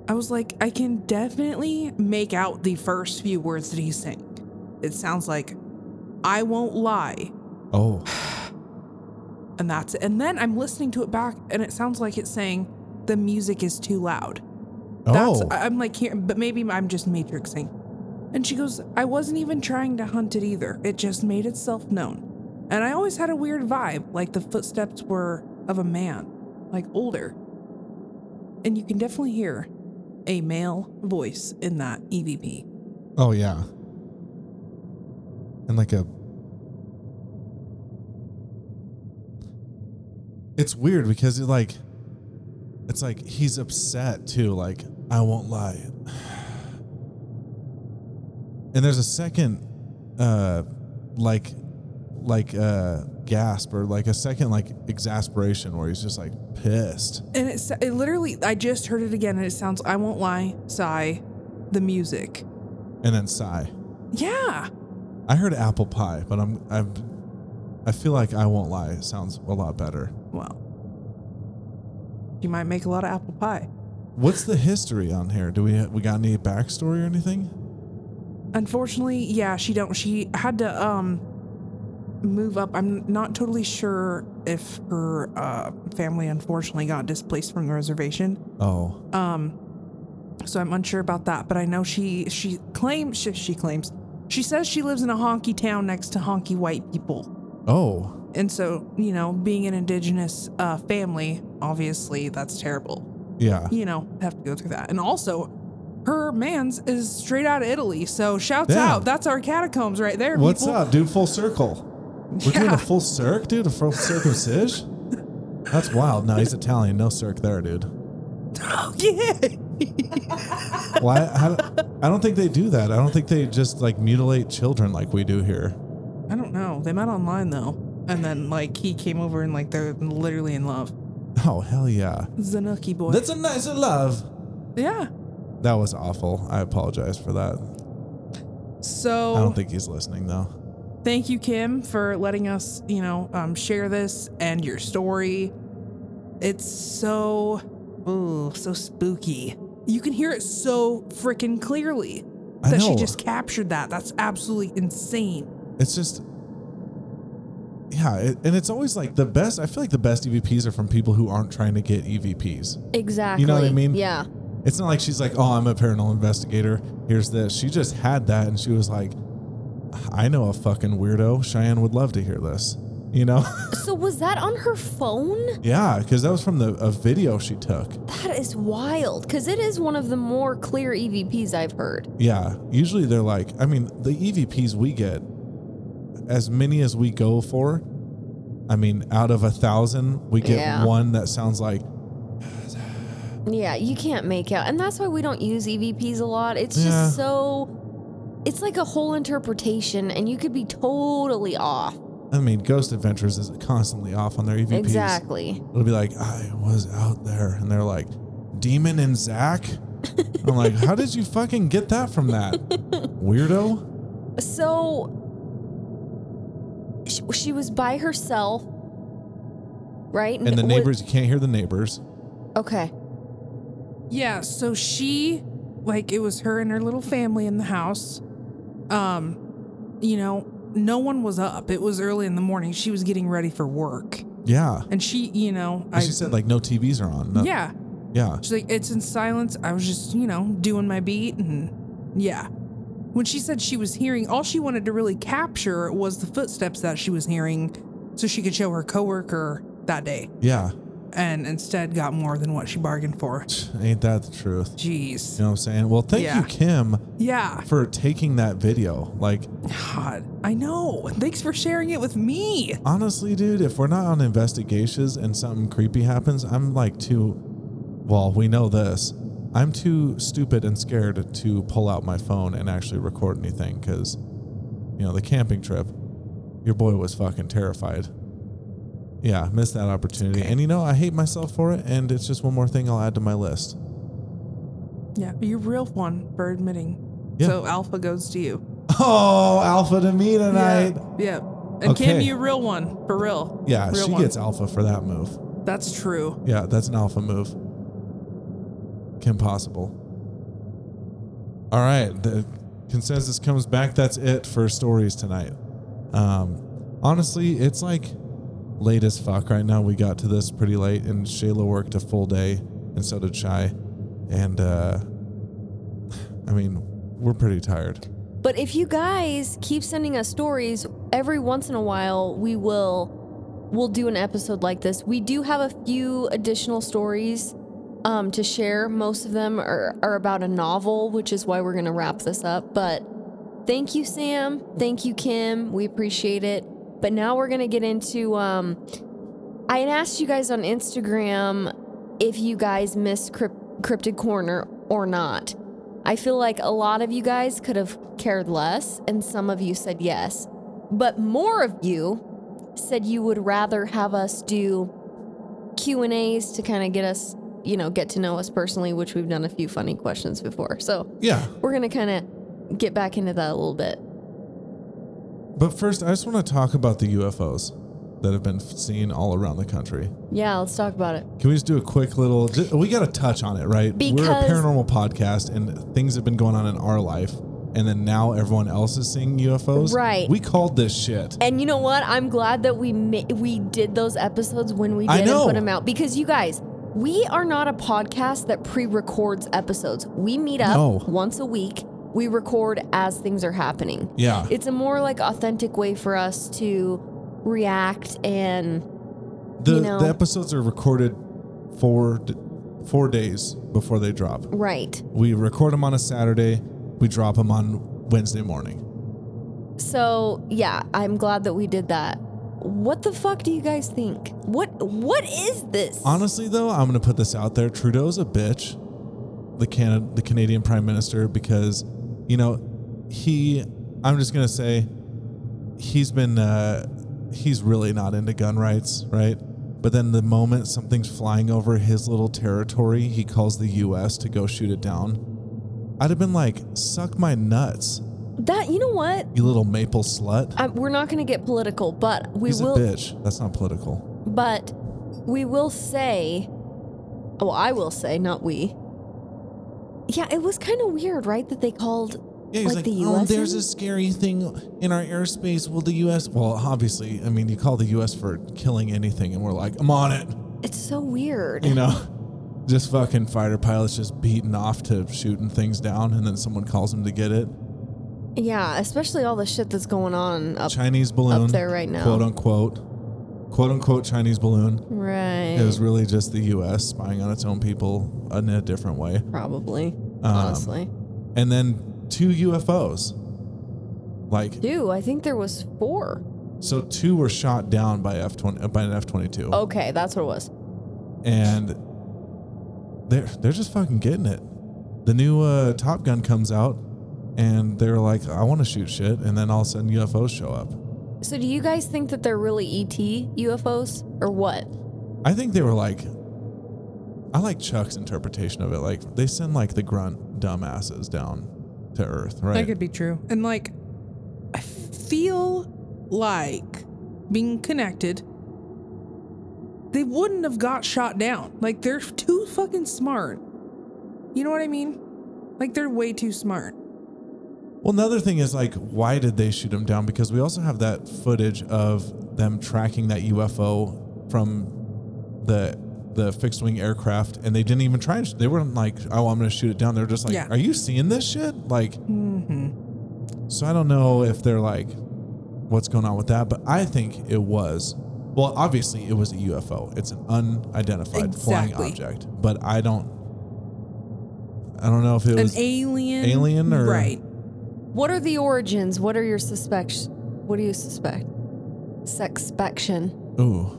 Speaker 3: I was like, I can definitely make out the first few words that he's saying. It sounds like, I won't lie.
Speaker 1: Oh,
Speaker 3: And that's it. And then I'm listening to it back, and it sounds like it's saying, the music is too loud. That's, uh,
Speaker 1: oh,
Speaker 3: I- I'm like here, but maybe I'm just matrixing. And she goes, I wasn't even trying to hunt it either. It just made itself known. And I always had a weird vibe, like the footsteps were of a man, like older. And you can definitely hear a male voice in that E EVP.
Speaker 1: oh yeah, and like a It's weird because it like it's like he's upset too, like, I won't lie. And there's a second uh like like uh gasp or like a second like exasperation where he's just like pissed.
Speaker 3: And it's it literally, I just heard it again, and it sounds, I won't lie, sigh, the music.
Speaker 1: And then sigh.
Speaker 3: Yeah.
Speaker 1: I heard apple pie, but I'm I'm I feel like I won't lie. It sounds a lot better.
Speaker 3: Well, you might make a lot of apple pie.
Speaker 1: What's the history on here? Do we we got any backstory or anything?
Speaker 3: Unfortunately, yeah, she don't. She had to um move up. I'm not totally sure if her uh, family unfortunately got displaced from the reservation.
Speaker 1: Oh,
Speaker 3: Um, so I'm unsure about that, but I know she she claims she, she claims she says she lives in a honky town next to honky white people,
Speaker 1: oh,
Speaker 3: and so you know, being an indigenous uh, family, obviously that's terrible.
Speaker 1: yeah.
Speaker 3: You know, have to go through that, and also. Her man's is straight out of Italy, so shouts
Speaker 1: Damn.
Speaker 3: out! That's our catacombs right there.
Speaker 1: What's
Speaker 3: people.
Speaker 1: up, dude? Full circle. We're doing
Speaker 3: Yeah.
Speaker 1: a full circ, dude. A full circumcision. That's wild. No, he's Italian. No circ there, dude.
Speaker 3: Oh yeah.
Speaker 1: Why? How, I don't think they do that. I don't think they just like mutilate children like we do here.
Speaker 3: I don't know. They met online though, and then like he came over and like they're literally in love.
Speaker 1: Oh hell yeah.
Speaker 3: Zanuki boy.
Speaker 1: That's a nice love.
Speaker 3: yeah.
Speaker 1: That was awful. I apologize for that. I
Speaker 3: So
Speaker 1: don't think he's listening though.
Speaker 3: thank you, Kim, for letting us, you know, um, share this and your story. It's so, ooh, so spooky. You can hear it so freaking clearly
Speaker 1: I
Speaker 3: that
Speaker 1: know.
Speaker 3: she just captured that. That's absolutely insane.
Speaker 1: it's just yeah it, and it's always like the best i feel like the best evps are from people who aren't trying to get evps
Speaker 2: Exactly.
Speaker 1: mean?
Speaker 2: Yeah.
Speaker 1: it's not like she's like oh i'm a paranormal investigator here's this she just had that and she was like i know a fucking weirdo cheyenne would love to hear this you know
Speaker 2: So was that on her phone?
Speaker 1: yeah because that was from the a video she took
Speaker 2: That is wild because it is one of the more clear EVPs I've heard.
Speaker 1: yeah usually they're like i mean the evps we get as many as we go for i mean out of a thousand we get
Speaker 2: Yeah.
Speaker 1: one that sounds like
Speaker 2: Yeah, you can't make out. And that's why we don't use EVPs a lot. It's
Speaker 1: Yeah.
Speaker 2: just so. It's like a whole interpretation, and you could be totally off.
Speaker 1: I mean, Ghost Adventures is constantly off on their EVPs.
Speaker 2: Exactly.
Speaker 1: It'll be like, I was out there. And they're like, Demon and Zach? I'm like, how did you fucking get that from that? Weirdo?
Speaker 2: So. She, she was by herself, right?
Speaker 1: And the
Speaker 2: Wa-
Speaker 1: neighbors, you can't hear the neighbors.
Speaker 2: Okay.
Speaker 3: Yeah, so she like it was her and her little family in the house. Um, you know, no one was up. It was early in the morning. She was getting ready for work.
Speaker 1: Yeah.
Speaker 3: And she, you know, I
Speaker 1: And she said, like, no TVs are on. No-
Speaker 3: Yeah.
Speaker 1: Yeah.
Speaker 3: She's like, it's in silence. I was just, you know, doing my beat and yeah. When she said she was hearing, all she wanted to really capture was the footsteps that she was hearing so she could show her coworker that day.
Speaker 1: Yeah.
Speaker 3: And instead got more than what she bargained for.
Speaker 1: Ain't that the truth?
Speaker 3: Jeez.
Speaker 1: You know what I'm saying? Well, thank
Speaker 3: Yeah.
Speaker 1: you, Kim,
Speaker 3: Yeah.
Speaker 1: for taking that video. Like,
Speaker 3: God, I know. Thanks for sharing it with me.
Speaker 1: honestly, dude, if we're not on investigations and something creepy happens, I'm like too. Well, we know this. I'm too stupid and scared to pull out my phone and actually record anything because, you know, the camping trip, your boy was fucking terrified. Yeah, missed that opportunity. And, you know, I hate myself for it. And it's just one more thing I'll add to my list.
Speaker 3: Yeah, you're real one for admitting.
Speaker 1: Yeah.
Speaker 3: So Alpha goes to you.
Speaker 1: Oh, alpha to me tonight.
Speaker 3: Yeah. yeah. And Kim,
Speaker 1: Okay.
Speaker 3: you real one for real.
Speaker 1: Yeah,
Speaker 3: real
Speaker 1: she
Speaker 3: one.
Speaker 1: gets alpha for that move.
Speaker 3: That's true.
Speaker 1: Yeah, that's an alpha move. Kim Possible. All right, the consensus comes back. That's it for stories tonight. Um, honestly, it's like late as fuck right now. We got to this pretty late, and Shayla worked a full day, and so did Shai. And uh, I mean, we're pretty tired.
Speaker 2: But if you guys keep sending us stories, every once in a while we will we'll do an episode like this. We do have a few additional stories um, to share. Most of them are, are about a novel, which is why we're gonna wrap this up. But thank you, Sam. Thank you, Kim. We appreciate it. But now we're gonna get into um, I had asked you guys on Instagram if you guys missed Cryp- Cryptid Corner or not. I feel like a lot of you guys could have cared less, and some of you said yes. But more of you said you would rather have us do Q and A's to kind of get us, you know, get to know us personally, which we've done a few funny questions before. So
Speaker 1: Yeah.
Speaker 2: we're gonna kind of get back into that a little bit.
Speaker 1: But first, I just want to talk about the UFOs that have been seen all around the country.
Speaker 2: Yeah, let's talk about it.
Speaker 1: Can we just do a quick little? ju- We got to touch on it, right? We're a
Speaker 2: Because-
Speaker 1: paranormal podcast, and things have been going on in our life, and then now everyone else is seeing UFOs.
Speaker 2: Right.
Speaker 1: We called this shit.
Speaker 2: And you know what? I'm glad that we mi- we did those episodes when we did
Speaker 1: I know.
Speaker 2: and put them out because you guys, we are not a podcast that pre-records episodes. We meet up
Speaker 1: No.
Speaker 2: once a week. We record as things are happening.
Speaker 1: Yeah.
Speaker 2: It's a more like authentic way for us to react and
Speaker 1: the
Speaker 2: you know-
Speaker 1: the episodes are recorded four d- four days before they drop.
Speaker 2: right.
Speaker 1: We record them on a Saturday. We drop them on Wednesday morning.
Speaker 2: So, yeah, I'm glad that we did that. What the fuck do you guys think? What what is this?
Speaker 1: Honestly, though, I'm gonna put this out there. Trudeau's a bitch, the Can the Canadian Prime Minister, because you know he. I'm just gonna say he's been uh, he's really not into gun rights, right? But then the moment something's flying over his little territory, he calls the U.S. to go shoot it down. I'd have been like, "Suck my nuts,
Speaker 2: that you know what?
Speaker 1: you little maple slut."
Speaker 2: I, we're not going to get political, but we
Speaker 1: he's
Speaker 2: will
Speaker 1: a bitch. That's not political.
Speaker 2: But we will say, well, I will say, not we. Yeah, it was kind of weird, right? That they called.
Speaker 1: Yeah, he's
Speaker 2: Like
Speaker 1: like,
Speaker 2: the
Speaker 1: "Oh,
Speaker 2: US
Speaker 1: there's
Speaker 2: in?
Speaker 1: a scary thing in our airspace. Will the U.S. Well, obviously, I mean, you call the U.S. for killing anything, and we're like, I'm on it.
Speaker 2: It's so weird.
Speaker 1: You know, just fucking fighter pilots just beating off to shooting things down, and then someone calls them to get it.
Speaker 2: Yeah, especially all the shit that's going on up.
Speaker 1: Chinese balloon
Speaker 2: up there right now.
Speaker 1: quote unquote, quote unquote Chinese balloon.
Speaker 2: Right.
Speaker 1: It was really just the U.S. spying on its own people in a different way, Um,
Speaker 2: probably. honestly.
Speaker 1: and then two UFOs. Like
Speaker 2: Dude, I think there was four.
Speaker 1: So two were shot down by F twenty by an F twenty two,
Speaker 2: Okay, that's what it was.
Speaker 1: and they're they're just fucking getting it. The new uh, Top Gun comes out, and they're like, "I want to shoot shit," and then all of a sudden UFOs show up.
Speaker 2: So, do you guys think that they're really E ET UFOs or what?
Speaker 1: I think they were like, I like Chuck's interpretation of it. Like they send like the grunt dumbasses down to Earth, right?
Speaker 3: That could be true. And like, I feel like being connected, they wouldn't have got shot down. Like, they're too fucking smart. You know what I mean? Like, they're way too smart.
Speaker 1: Well, another thing is like, why did they shoot him down? Because we also have that footage of them tracking that UFO from the the fixed wing aircraft, and they didn't even try. and sh- They weren't like, "Oh, I'm going to shoot it down." They're just like,
Speaker 3: Yeah.
Speaker 1: "Are you seeing this shit?" Like, Mm-hmm. so I don't know if they're like, "What's going on with that?" But I think it was. Well, obviously, it was a UFO. It's an unidentified flying
Speaker 3: Exactly.
Speaker 1: object, but I don't. I don't know if it
Speaker 3: An
Speaker 1: was
Speaker 3: alien.
Speaker 1: alien or-
Speaker 3: Right.
Speaker 2: What are the origins? What are your suspects? What do you suspect? Suspicion.
Speaker 1: Ooh.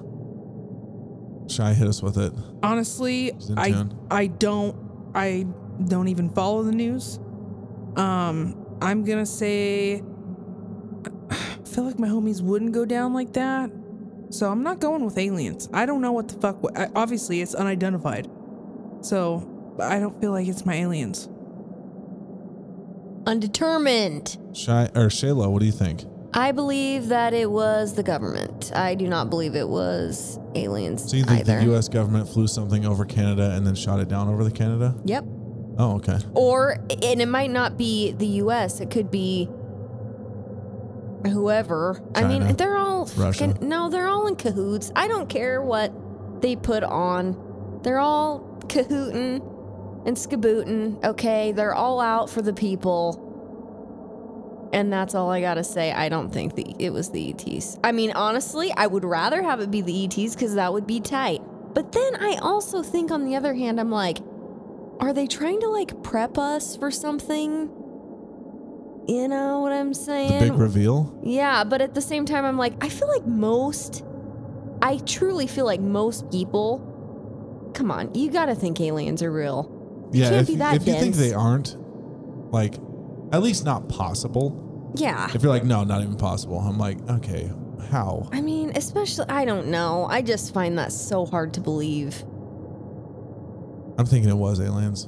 Speaker 1: Shy hit us with it.
Speaker 3: Honestly,
Speaker 1: He's in
Speaker 3: I
Speaker 1: town.
Speaker 3: I don't I don't even follow the news. Um, I'm gonna say I feel like my homies wouldn't go down like that, so I'm not going with aliens. I don't know what the fuck. I, obviously, it's unidentified, so I don't feel like it's my aliens.
Speaker 2: Undetermined.
Speaker 1: Shy or Shayla, what do you think?
Speaker 2: I believe that it was the government. I do not believe it was aliens
Speaker 1: So you think
Speaker 2: either.
Speaker 1: the US government flew something over Canada and then shot it down over the Canada?
Speaker 2: yep.
Speaker 1: Oh, okay.
Speaker 2: Or and it might not be the U.S. It could be whoever. I
Speaker 1: China.
Speaker 2: mean, they're all
Speaker 1: Russia.
Speaker 2: fucking- no, they're all in cahoots. I don't care what they put on. They're all cahooting and skabooting. Okay, they're all out for the people. And that's all I gotta say. I don't think the it was the ETs. I mean, honestly, I would rather have it be the ETs because that would be tight. But then I also think, on the other hand, I'm like, are they trying to like prep us for something? You know what I'm
Speaker 1: The big
Speaker 2: saying?
Speaker 1: reveal?
Speaker 2: yeah, but at the same time, I'm like, I feel like most I truly feel like most people. Come on, you gotta think aliens are real.
Speaker 1: Yeah,
Speaker 2: can't
Speaker 1: if,
Speaker 2: be that
Speaker 1: if you think
Speaker 2: dense.
Speaker 1: they aren't, like, at least not possible.
Speaker 2: Yeah.
Speaker 1: If you're like, no, not even possible, I'm like, okay, how?
Speaker 2: I mean, especially, I don't know. I just find that so hard to believe.
Speaker 1: I'm thinking it was aliens.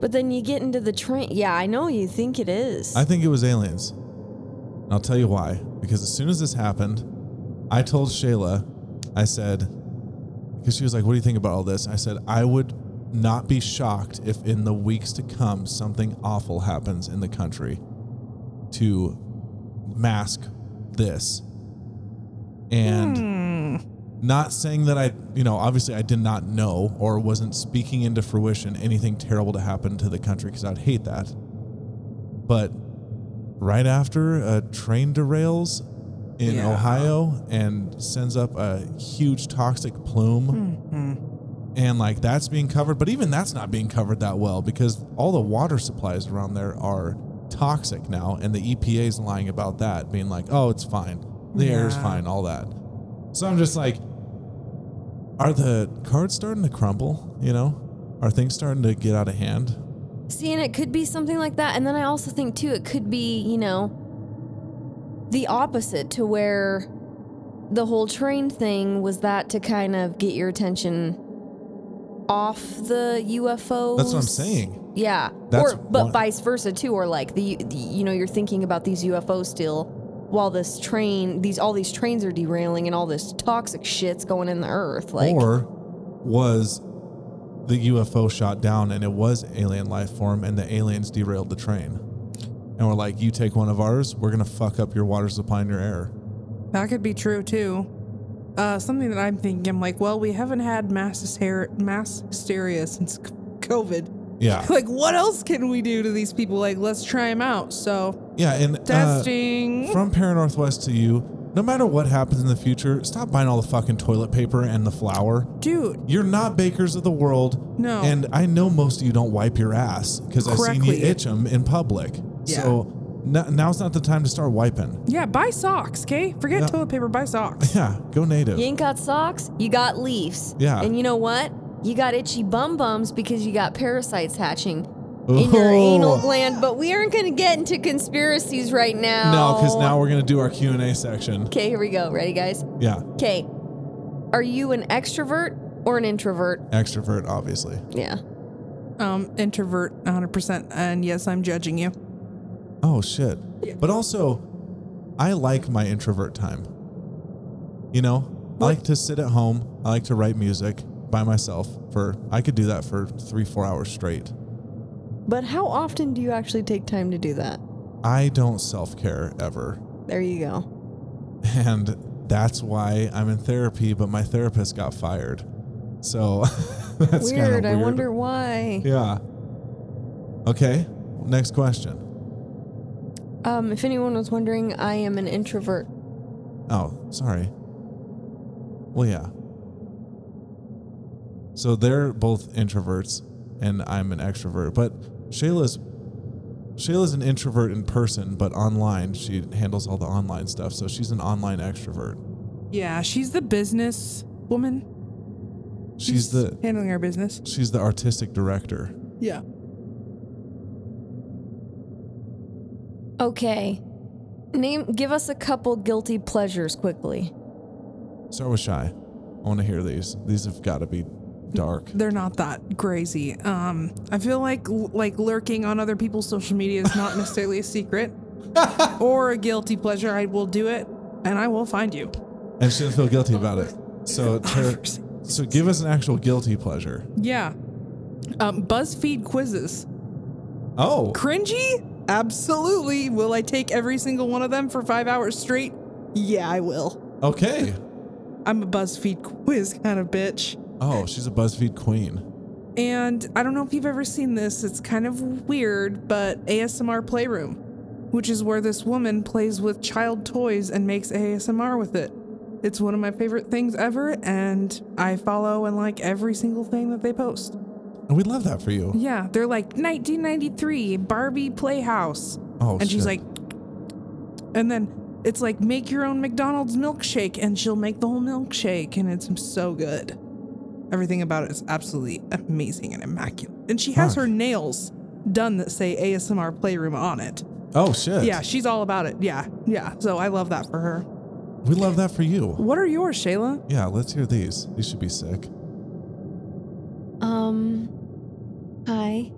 Speaker 2: But then you get into the train. Yeah, I know you think it is.
Speaker 1: I think it was aliens. And I'll tell you why. Because as soon as this happened, I told Shayla, I said, because she was like, what do you think about all this? I said, I would not be shocked if in the weeks to come something awful happens in the country to mask this. And
Speaker 3: Hmm.
Speaker 1: not saying that I, you know, obviously I did not know or wasn't speaking into fruition anything terrible to happen to the country because I'd hate that. But right after a train derails in
Speaker 3: Yeah.
Speaker 1: Ohio and sends up a huge toxic plume.
Speaker 3: hmm,
Speaker 1: And like that's being covered, but even that's not being covered that well because all the water supplies around there are toxic now, and the EPA is lying about that, being like, "Oh, it's fine, the air is
Speaker 3: Yeah.
Speaker 1: fine, all that." So I'm just like, are the cards starting to crumble? You know, are things starting to get out of hand?
Speaker 2: See, and it could be something like that. And then I also think, too, it could be, you know, the opposite to where the whole train thing was that to kind of get your attention off the UFOs.
Speaker 1: That's what I'm saying.
Speaker 2: Yeah.
Speaker 1: That's
Speaker 2: or, but
Speaker 1: one-
Speaker 2: vice versa, too, or like the, the, you know, you're thinking about these UFOs still while this train, these, all these trains are derailing and all this toxic shit's going in the earth. Like,
Speaker 1: or was the UFO shot down and it was alien life form, and the aliens derailed the train, and we're like, "You take one of ours, we're gonna fuck up your water supply and your air."
Speaker 3: That could be true too. Uh, something that I'm thinking, I'm like, well, we haven't had mass hysteria, mass hysteria since c- COVID.
Speaker 1: Yeah,
Speaker 3: Like, what else can we do to these people? Like, let's try them out. So,
Speaker 1: yeah, and uh,
Speaker 3: testing.
Speaker 1: from Para Northwest to you. No matter what happens in the future, stop buying all the fucking toilet paper and the flour.
Speaker 3: Dude,
Speaker 1: You're not bakers of the world.
Speaker 3: No.
Speaker 1: And I know most of you don't wipe your ass because I've seen you
Speaker 3: Correctly.
Speaker 1: itch them in public.
Speaker 3: Yeah.
Speaker 1: So n- now's not the time to start wiping.
Speaker 3: yeah, buy socks, okay? Forget
Speaker 1: Yeah.
Speaker 3: toilet paper, buy socks.
Speaker 1: Yeah, go native.
Speaker 2: You ain't got socks, you got leaves.
Speaker 1: Yeah.
Speaker 2: And you know what? You got itchy bum bums because you got parasites hatching in your anal
Speaker 1: Ooh.
Speaker 2: gland. But we aren't going to get into conspiracies right now.
Speaker 1: No, because now we're gonna do our Q and A section.
Speaker 2: Okay, here we go. Ready, guys?
Speaker 1: Yeah,
Speaker 2: Okay. Are you an extrovert or an introvert?
Speaker 1: extrovert, obviously.
Speaker 2: Yeah.
Speaker 3: Um, introvert 100%. And yes, I'm judging you.
Speaker 1: Oh shit. But also, I like my introvert time. You know, I like to sit at home. I like to write music by myself for I could do that for three, four hours straight.
Speaker 2: But how often do you actually take time to do that?
Speaker 1: I don't self care ever.
Speaker 2: There you go.
Speaker 1: And that's why I'm in therapy, but my therapist got fired. So that's kinda
Speaker 2: weird.
Speaker 1: weird.
Speaker 2: I wonder why.
Speaker 1: Yeah. Okay. Next question.
Speaker 2: Um, if anyone was wondering, I am an introvert.
Speaker 1: Oh, sorry. Well, yeah. So they're both introverts, and I'm an extrovert. But Shayla's Shayla's an introvert in person, but online she handles all the online stuff. So she's an online extrovert.
Speaker 3: Yeah, she's the business woman.
Speaker 1: She's the
Speaker 3: handling our business.
Speaker 1: she's the artistic director.
Speaker 3: Yeah.
Speaker 2: Okay. Name give us a couple guilty pleasures quickly.
Speaker 1: Start with shy. I want to hear these. These have got to be dark.
Speaker 3: They're not that crazy. Um, I feel like like lurking on other people's social media is not necessarily a secret or a guilty pleasure. I will do it, and I will find you.
Speaker 1: and she doesn't feel guilty about it. So, Tara- so give us an actual guilty pleasure.
Speaker 3: Yeah. Um, BuzzFeed quizzes.
Speaker 1: Oh,
Speaker 3: Cringy? Absolutely. Will I take every single one of them for five hours straight? Yeah, I will.
Speaker 1: okay.
Speaker 3: I'm a BuzzFeed quiz kind of bitch.
Speaker 1: Oh, she's a BuzzFeed queen.
Speaker 3: And I don't know if you've ever seen this, it's kind of weird, but ASMR Playroom, which is where this woman plays with child toys and makes ASMR with it. It's one of my favorite things ever, and I follow and like every single thing that they post.
Speaker 1: And we love that for you.
Speaker 3: Yeah, they're like 1993 Barbie Playhouse.
Speaker 1: Oh,
Speaker 3: and she's
Speaker 1: shit.
Speaker 3: like, and then It's like make your own McDonald's milkshake, and she'll make the whole milkshake, and it's so good. Everything about it is absolutely amazing and immaculate. And she has
Speaker 1: Fuck.
Speaker 3: her nails done that say ASMR Playroom on it.
Speaker 1: Oh shit.
Speaker 3: Yeah, she's all about it. Yeah, yeah. So I love that for her.
Speaker 1: We love that for you.
Speaker 3: What are yours, Shayla?
Speaker 1: Yeah, let's hear these. These should be sick.
Speaker 2: Um, hi.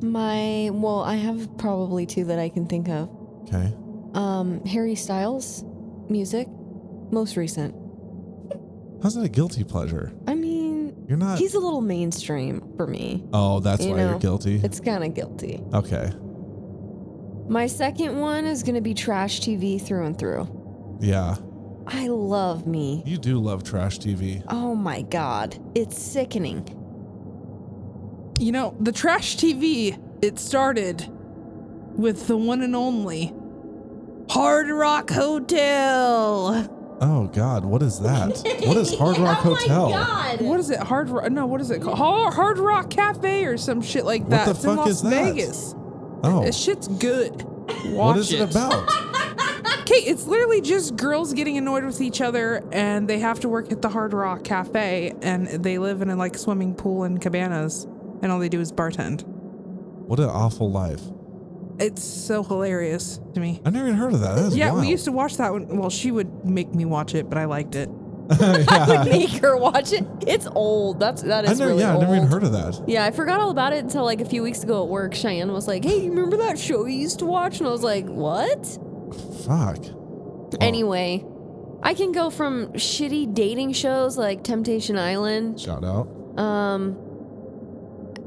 Speaker 2: My, well, I have probably two that I can think of.
Speaker 1: Okay.
Speaker 2: Um, Harry Styles, music, most recent.
Speaker 1: How's that a guilty pleasure?
Speaker 2: I mean,
Speaker 1: You're not.
Speaker 2: he's a little mainstream for me.
Speaker 1: oh, that's
Speaker 2: you
Speaker 1: why
Speaker 2: know,
Speaker 1: you're guilty.
Speaker 2: It's kind of guilty.
Speaker 1: Okay.
Speaker 2: My second one is going to be trash TV through and through.
Speaker 1: Yeah.
Speaker 2: I love me.
Speaker 1: You do love trash TV.
Speaker 2: Oh my god, it's sickening.
Speaker 3: You know, the trash TV, it started with the one and only Hard Rock Hotel.
Speaker 1: Oh God, what is that? what is Hard Rock
Speaker 3: Oh
Speaker 1: Hotel?
Speaker 3: What is it? Hard Rock? No, what is it called? Hard, Hard Rock Cafe or some shit like
Speaker 1: What
Speaker 3: that.
Speaker 1: the
Speaker 3: it's in
Speaker 1: fuck
Speaker 3: Las
Speaker 1: is that?
Speaker 3: Vegas.
Speaker 1: Oh,
Speaker 3: This shit's good. Watch
Speaker 1: what is it, about?
Speaker 3: Okay, it's literally just girls getting annoyed with each other and they have to work at the Hard Rock Cafe and they live in a like swimming pool and cabanas and all they do is bartend.
Speaker 1: what an awful life.
Speaker 3: It's so hilarious to me.
Speaker 1: I never even heard of that. That is
Speaker 3: Yeah,
Speaker 1: wild.
Speaker 3: we used to watch that one. Well, she would make me watch it, but I liked it.
Speaker 2: I would make her watch it. It's old. That's that
Speaker 1: Uh-huh. I
Speaker 2: is
Speaker 1: never,
Speaker 2: really
Speaker 1: yeah, I
Speaker 2: old.
Speaker 1: never even heard of that.
Speaker 2: Yeah, I forgot all about it until like a few weeks ago at work. Cheyenne was like, "Hey, you remember that show you used to watch?" And I was like, "What?"
Speaker 1: Fuck. Oh,
Speaker 2: Anyway, I can go from shitty dating shows like Temptation Island.
Speaker 1: Shout out.
Speaker 2: Um,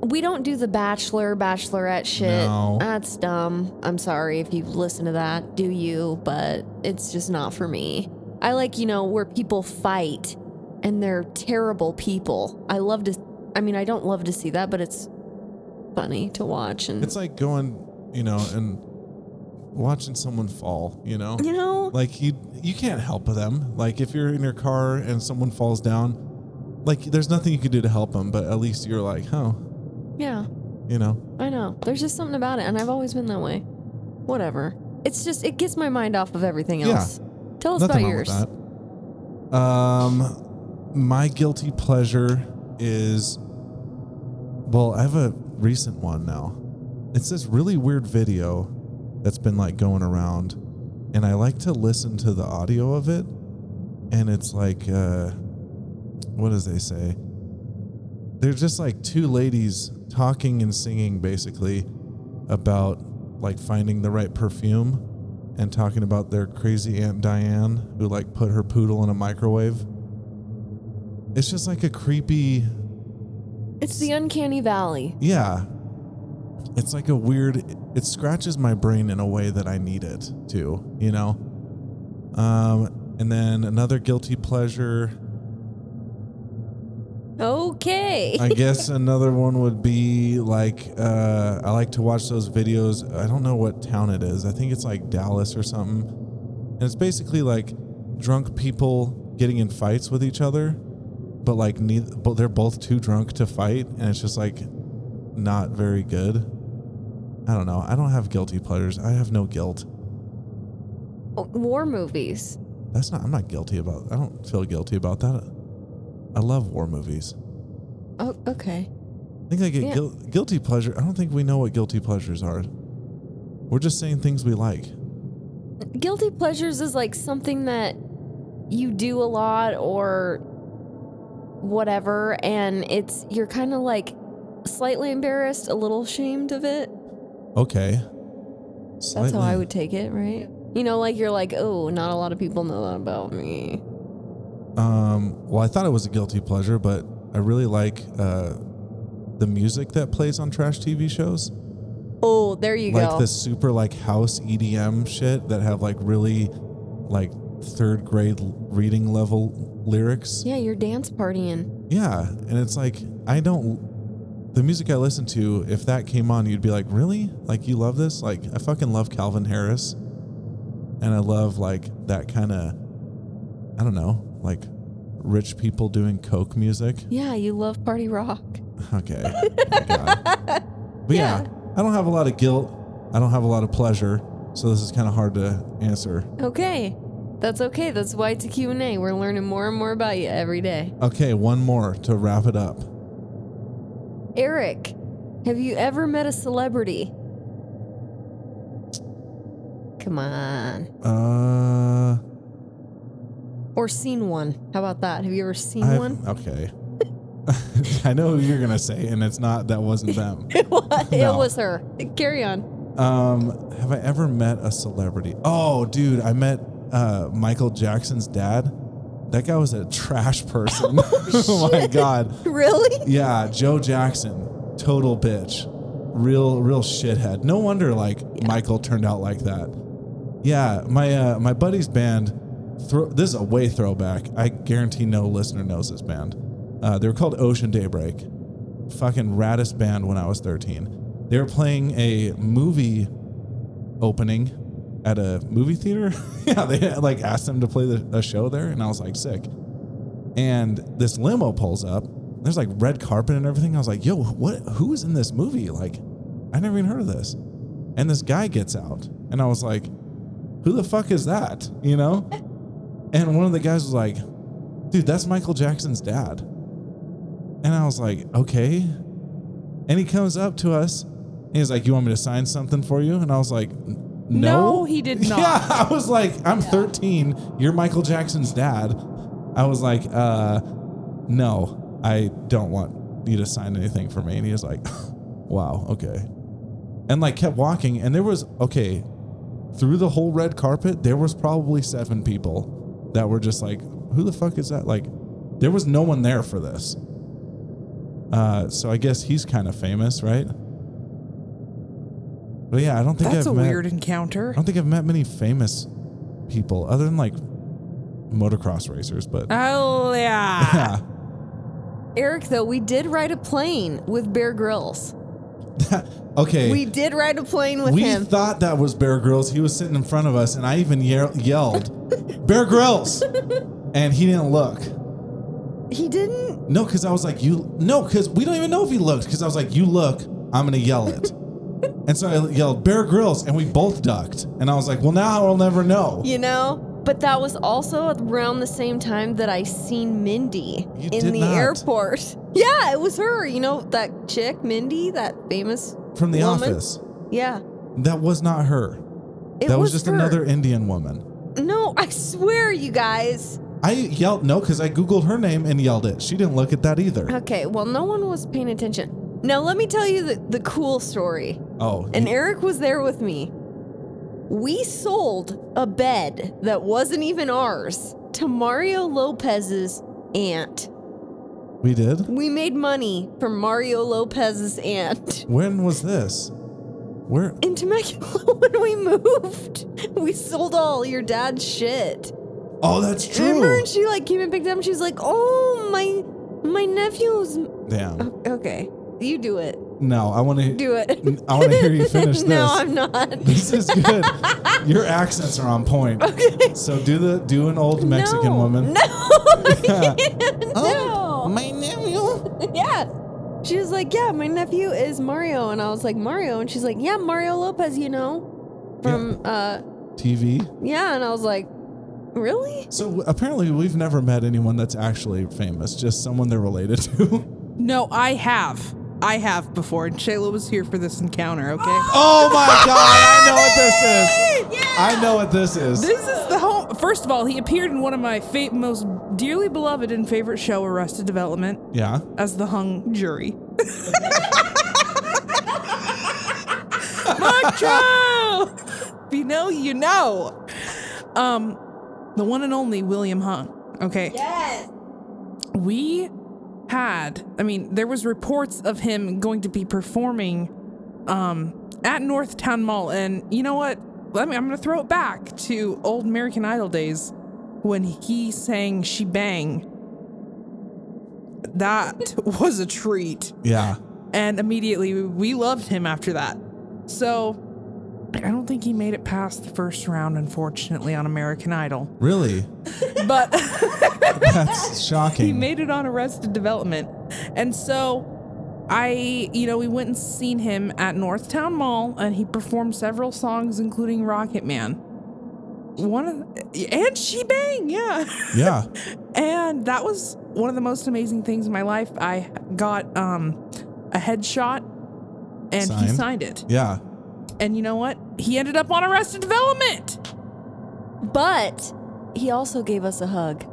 Speaker 2: we don't do the Bachelor, Bachelorette shit.
Speaker 1: No.
Speaker 2: That's dumb. I'm sorry if you listen to that. Do you? But it's just not for me. I like you know where people fight and they're terrible people. I love to. I mean, I don't love to see that, but it's funny to watch and
Speaker 1: It's like going, you know, and watching someone fall. You know,
Speaker 2: you know.
Speaker 1: like you you can't help them. Like if you're in your car and someone falls down, like there's nothing you can do to help them. But at least you're like, oh,
Speaker 2: Yeah.
Speaker 1: you know,
Speaker 2: I know. There's just something about it, and I've always been that way. Whatever. It's just it gets my mind off of everything
Speaker 1: Yeah.
Speaker 2: else. Tell us
Speaker 1: nothing
Speaker 2: about
Speaker 1: wrong
Speaker 2: yours.
Speaker 1: with that. Um, my guilty pleasure is, well, I have a recent one now. It's this really weird video that's been like going around, and I like to listen to the audio of it, and it's like, uh, what does they say? They're just like two ladies talking and singing basically about like finding the right perfume and talking about their crazy aunt Diane who like put her poodle in a microwave. It's just like a creepy,
Speaker 2: It's the uncanny valley.
Speaker 1: yeah. It's like a weird it scratches my brain in a way that I need it to, you know. Um and then another guilty pleasure
Speaker 2: Okay.
Speaker 1: I guess another one would be like uh, I like to watch those videos. I don't know what town it is. I think it's like Dallas or something. And it's basically like drunk people getting in fights with each other, but like neither, but they're both too drunk to fight, and it's just like not very good. I don't know. I don't have guilty pleasures. I have no guilt.
Speaker 2: Oh, War movies.
Speaker 1: That's not. I'm not guilty about. I don't feel guilty about that. I love war movies.
Speaker 2: Oh, okay.
Speaker 1: I think I get
Speaker 2: Yeah.
Speaker 1: guil- guilty pleasure. I don't think we know what guilty pleasures are. We're just saying things we like.
Speaker 2: Guilty pleasures is like something that you do a lot or whatever, and it's you're kind of like slightly embarrassed, a little ashamed of it.
Speaker 1: Okay.
Speaker 2: That's how
Speaker 1: Slightly.
Speaker 2: I would take it, right? You know, like you're like, oh, not a lot of people know that about me.
Speaker 1: Um, well, I thought it was a guilty pleasure, but I really like uh, the music that plays on trash TV shows,
Speaker 2: Oh, there you
Speaker 1: like
Speaker 2: go.
Speaker 1: the super like house EDM shit that have like really like third grade l- reading level lyrics.
Speaker 2: Yeah, you're dance partying.
Speaker 1: Yeah, and it's like I don't. The music I listen to, if that came on, you'd be like, "Really? Like you love this? Like I fucking love Calvin Harris, and I love like that kind of, I don't know, like rich people doing coke music."
Speaker 2: Yeah, you love party rock.
Speaker 1: Okay, my God. but yeah. I don't have a lot of guilt. I don't have a lot of pleasure. So this is kind of hard to answer.
Speaker 2: Okay. That's okay. That's why it's a Q&A. We're learning more and more about you every day.
Speaker 1: Okay, one more to wrap it up.
Speaker 2: Eric, have you ever met a celebrity? Come on.
Speaker 1: Uh,
Speaker 2: Or seen one. How about that? Have you ever seen
Speaker 1: I've-
Speaker 2: one?
Speaker 1: okay. I know who you're gonna say, and it's not that wasn't them.
Speaker 2: What? It
Speaker 1: No.
Speaker 2: was her. Carry on.
Speaker 1: Um, have I ever met a celebrity? Oh, dude, I met uh, Michael Jackson's dad. That guy was a trash person. oh my god.
Speaker 2: Really?
Speaker 1: Yeah, Joe Jackson, total bitch, real real shithead. No wonder like Michael turned out like that. Yeah, my uh, my buddy's band. Thro- this is a way throwback. I guarantee no listener knows this band. Uh, they were called Ocean Daybreak. Fucking raddest band when I was 13. They were playing a movie opening at a movie theater. yeah, they like asked them to play the, a show there, and I was like, sick and this limo pulls up. There's like red carpet and everything. I was like, "Yo, what? Who is in this movie? Like, I never even heard of this." And this guy gets out, and I was like, "Who the fuck is that?" You know? And one of the guys was like, "Dude, that's Michael Jackson's dad." And I was like, "Okay." And he comes up to us, and he's like, "You want me to sign something for you?" And I was like, "N- "No."
Speaker 3: No, he did not.
Speaker 1: Yeah, I was like, I'm 13. You're Michael Jackson's dad. I was like, uh, no, I don't want you to sign anything for me. And he was like, wow, okay. And like kept walking. And there was, okay, through the whole red carpet, there was probably seven people that were just like, who the fuck is that? Like, there was no one there for this. Uh, so I guess he's kind of famous, right? But yeah, I don't think
Speaker 3: That's
Speaker 1: I've
Speaker 3: a
Speaker 1: met-
Speaker 3: weird encounter.
Speaker 1: I don't think I've met many famous people other than like motocross racers, but
Speaker 3: Oh yeah.
Speaker 2: Ah.
Speaker 1: yeah.
Speaker 2: Eric, though, we did ride a plane with Bear Grylls.
Speaker 1: okay.
Speaker 2: We did ride a plane with
Speaker 1: We
Speaker 2: him.
Speaker 1: thought that was Bear Grylls. He was sitting in front of us, and I even ye- yelled, "Bear Grylls!" and he didn't look.
Speaker 2: he didn't.
Speaker 1: No, because I was like, "You no," because we don't even know if he looked. Because I was like, "You look, I'm gonna yell it," and so I yelled, "Bear Grylls!" and we both ducked. And I was like, "Well, now I'll never know."
Speaker 2: you know but that was also around the same time that i seen mindy
Speaker 1: You
Speaker 2: in
Speaker 1: did
Speaker 2: the
Speaker 1: not.
Speaker 2: airport yeah it was her you know that chick mindy that famous
Speaker 1: From the
Speaker 2: woman?
Speaker 1: office,
Speaker 2: yeah
Speaker 1: that was not her.
Speaker 2: it
Speaker 1: that
Speaker 2: was,
Speaker 1: was just
Speaker 2: her.
Speaker 1: another Indian woman.
Speaker 2: no i swear you guys
Speaker 1: I yelled no because I googled her name and yelled it. She didn't look at that either.
Speaker 2: okay well no one was paying attention now let me tell you the, the cool story
Speaker 1: Oh,
Speaker 2: and
Speaker 1: you-
Speaker 2: eric was there with me we sold a bed that wasn't even ours to mario lopez's aunt
Speaker 1: we did.
Speaker 2: We made money from Mario Lopez's aunt.
Speaker 1: When was this? Where?
Speaker 2: In Temecula, when we moved, we sold all your dad's shit.
Speaker 1: Oh, that's
Speaker 2: Remember?
Speaker 1: true.
Speaker 2: And she like came and picked up. And she's like, "Oh my, my nephew's."
Speaker 1: Damn.
Speaker 2: O- Okay, you do it.
Speaker 1: No, I want to.
Speaker 2: Do it.
Speaker 1: I want to hear you finish
Speaker 2: no,
Speaker 1: this.
Speaker 2: I'm not.
Speaker 1: This is good. Your accents are on point.
Speaker 2: Okay.
Speaker 1: So do the do an old Mexican
Speaker 2: no.
Speaker 1: woman. Oh,
Speaker 2: No, I can't. no.
Speaker 1: my nephew.
Speaker 2: yeah. She was like, Yeah, my nephew is Mario. And I was like, Mario. And she's like, Yeah, Mario Lopez, you know, from, uh,
Speaker 1: TV.
Speaker 2: yeah. And I was like, Really?
Speaker 1: So apparently we've never met anyone that's actually famous. Just someone they're related to.
Speaker 3: No, I have. I have before, and Shayla was here for this encounter. Okay.
Speaker 1: Oh my god! I know what this is. I know what this is.
Speaker 3: This is the home. First of all, he appeared in one of my fa- most dearly beloved and favorite show, Arrested Development,
Speaker 1: yeah.
Speaker 3: as the hung jury. Mock trial. If you know, you know. Um, the one and only William Hung. Okay.
Speaker 2: Yes.
Speaker 3: we had i mean there was reports of him going to be performing um at northtown mall and you know what let me i'm gonna throw it back to old american idol days when he sang she bang that was a treat
Speaker 1: Yeah.
Speaker 3: and immediately we loved him after that so i don't think he made it past the first round unfortunately on american idol
Speaker 1: Really?
Speaker 3: but
Speaker 1: That's shocking.
Speaker 3: He made it on Arrested Development. And so I, you know, we went and seen him at Northtown Mall, and he performed several songs, including Rocket Man. One of, the, and she bang, yeah.
Speaker 1: Yeah.
Speaker 3: And that was one of the most amazing things in my life. I got um, a headshot, and he
Speaker 1: Signed?
Speaker 3: signed it.
Speaker 1: Yeah.
Speaker 3: And you know what? He ended up on Arrested Development.
Speaker 2: But he also gave us a hug.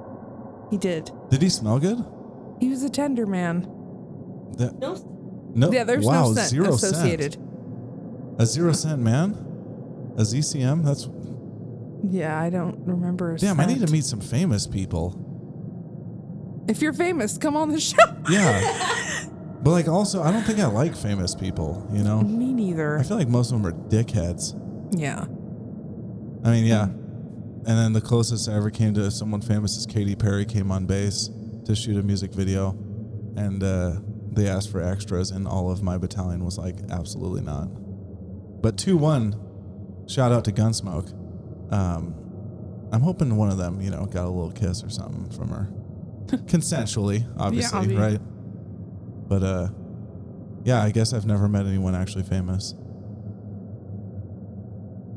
Speaker 3: He did.
Speaker 1: Did he smell good?
Speaker 3: He was a tender man.
Speaker 1: That,
Speaker 2: No.
Speaker 1: no.
Speaker 3: Yeah, there's
Speaker 1: Oh, wow,
Speaker 3: no scent
Speaker 1: zero
Speaker 3: associated.
Speaker 1: Cent. A zero cent man? A ZCM? That's
Speaker 3: Yeah, I don't remember. a
Speaker 1: damn. I need
Speaker 3: scent.
Speaker 1: to meet some famous people.
Speaker 3: If you're famous, come on the show.
Speaker 1: Yeah. but like, also, I don't think I like famous people. You know,
Speaker 3: Me
Speaker 1: I
Speaker 3: neither.
Speaker 1: feel like most of them are dickheads.
Speaker 3: Yeah.
Speaker 1: I mean, yeah. And then the closest I ever came to someone famous is Katy Perry came on bass to shoot a music video, and uh, they asked for extras, and all of my battalion was like, absolutely not. But two one, shout out to Gunsmoke. Um, I'm hoping one of them, you know, got a little kiss or something from her, consensually, obviously,
Speaker 3: obvi-
Speaker 1: right? But uh, yeah, I guess I've never met anyone actually famous.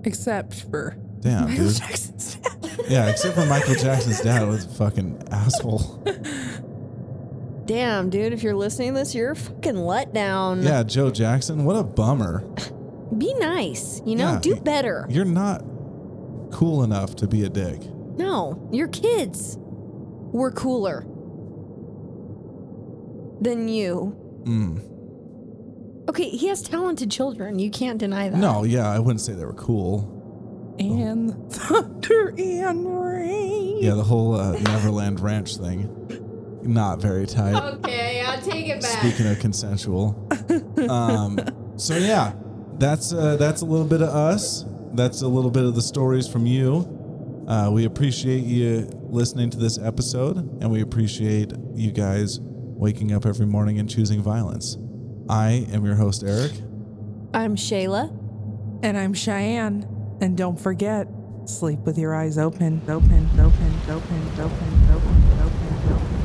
Speaker 3: Except for
Speaker 1: Damn,
Speaker 3: Michael
Speaker 1: dude.
Speaker 3: Jackson's
Speaker 1: Yeah, except for Michael Jackson's dad was a fucking asshole.
Speaker 2: Damn, dude, if you're listening to this, you're a fucking letdown.
Speaker 1: Yeah, Joe Jackson, what a bummer.
Speaker 2: Be nice, you know?
Speaker 1: Yeah.
Speaker 2: Do better.
Speaker 1: You're not cool enough to be a dick.
Speaker 2: No, your kids were cooler than you.
Speaker 1: Mm.
Speaker 2: Okay, he has talented children. You can't deny that.
Speaker 1: No, yeah, I wouldn't say they were cool.
Speaker 3: and Thunder and Rain.
Speaker 1: Yeah, the whole uh, Neverland Ranch thing, not very tight.
Speaker 2: Okay, I'll take it
Speaker 1: Speaking of consensual, um, so yeah, that's uh, that's a little bit of us. That's a little bit of the stories from you. Uh, we appreciate you listening to this episode, and we appreciate you guys waking up every morning and choosing violence. I am your host, Eric.
Speaker 2: I'm Shayla.
Speaker 3: And I'm Cheyenne. And don't forget, sleep with your eyes open, open, open, open, open, open, open, open.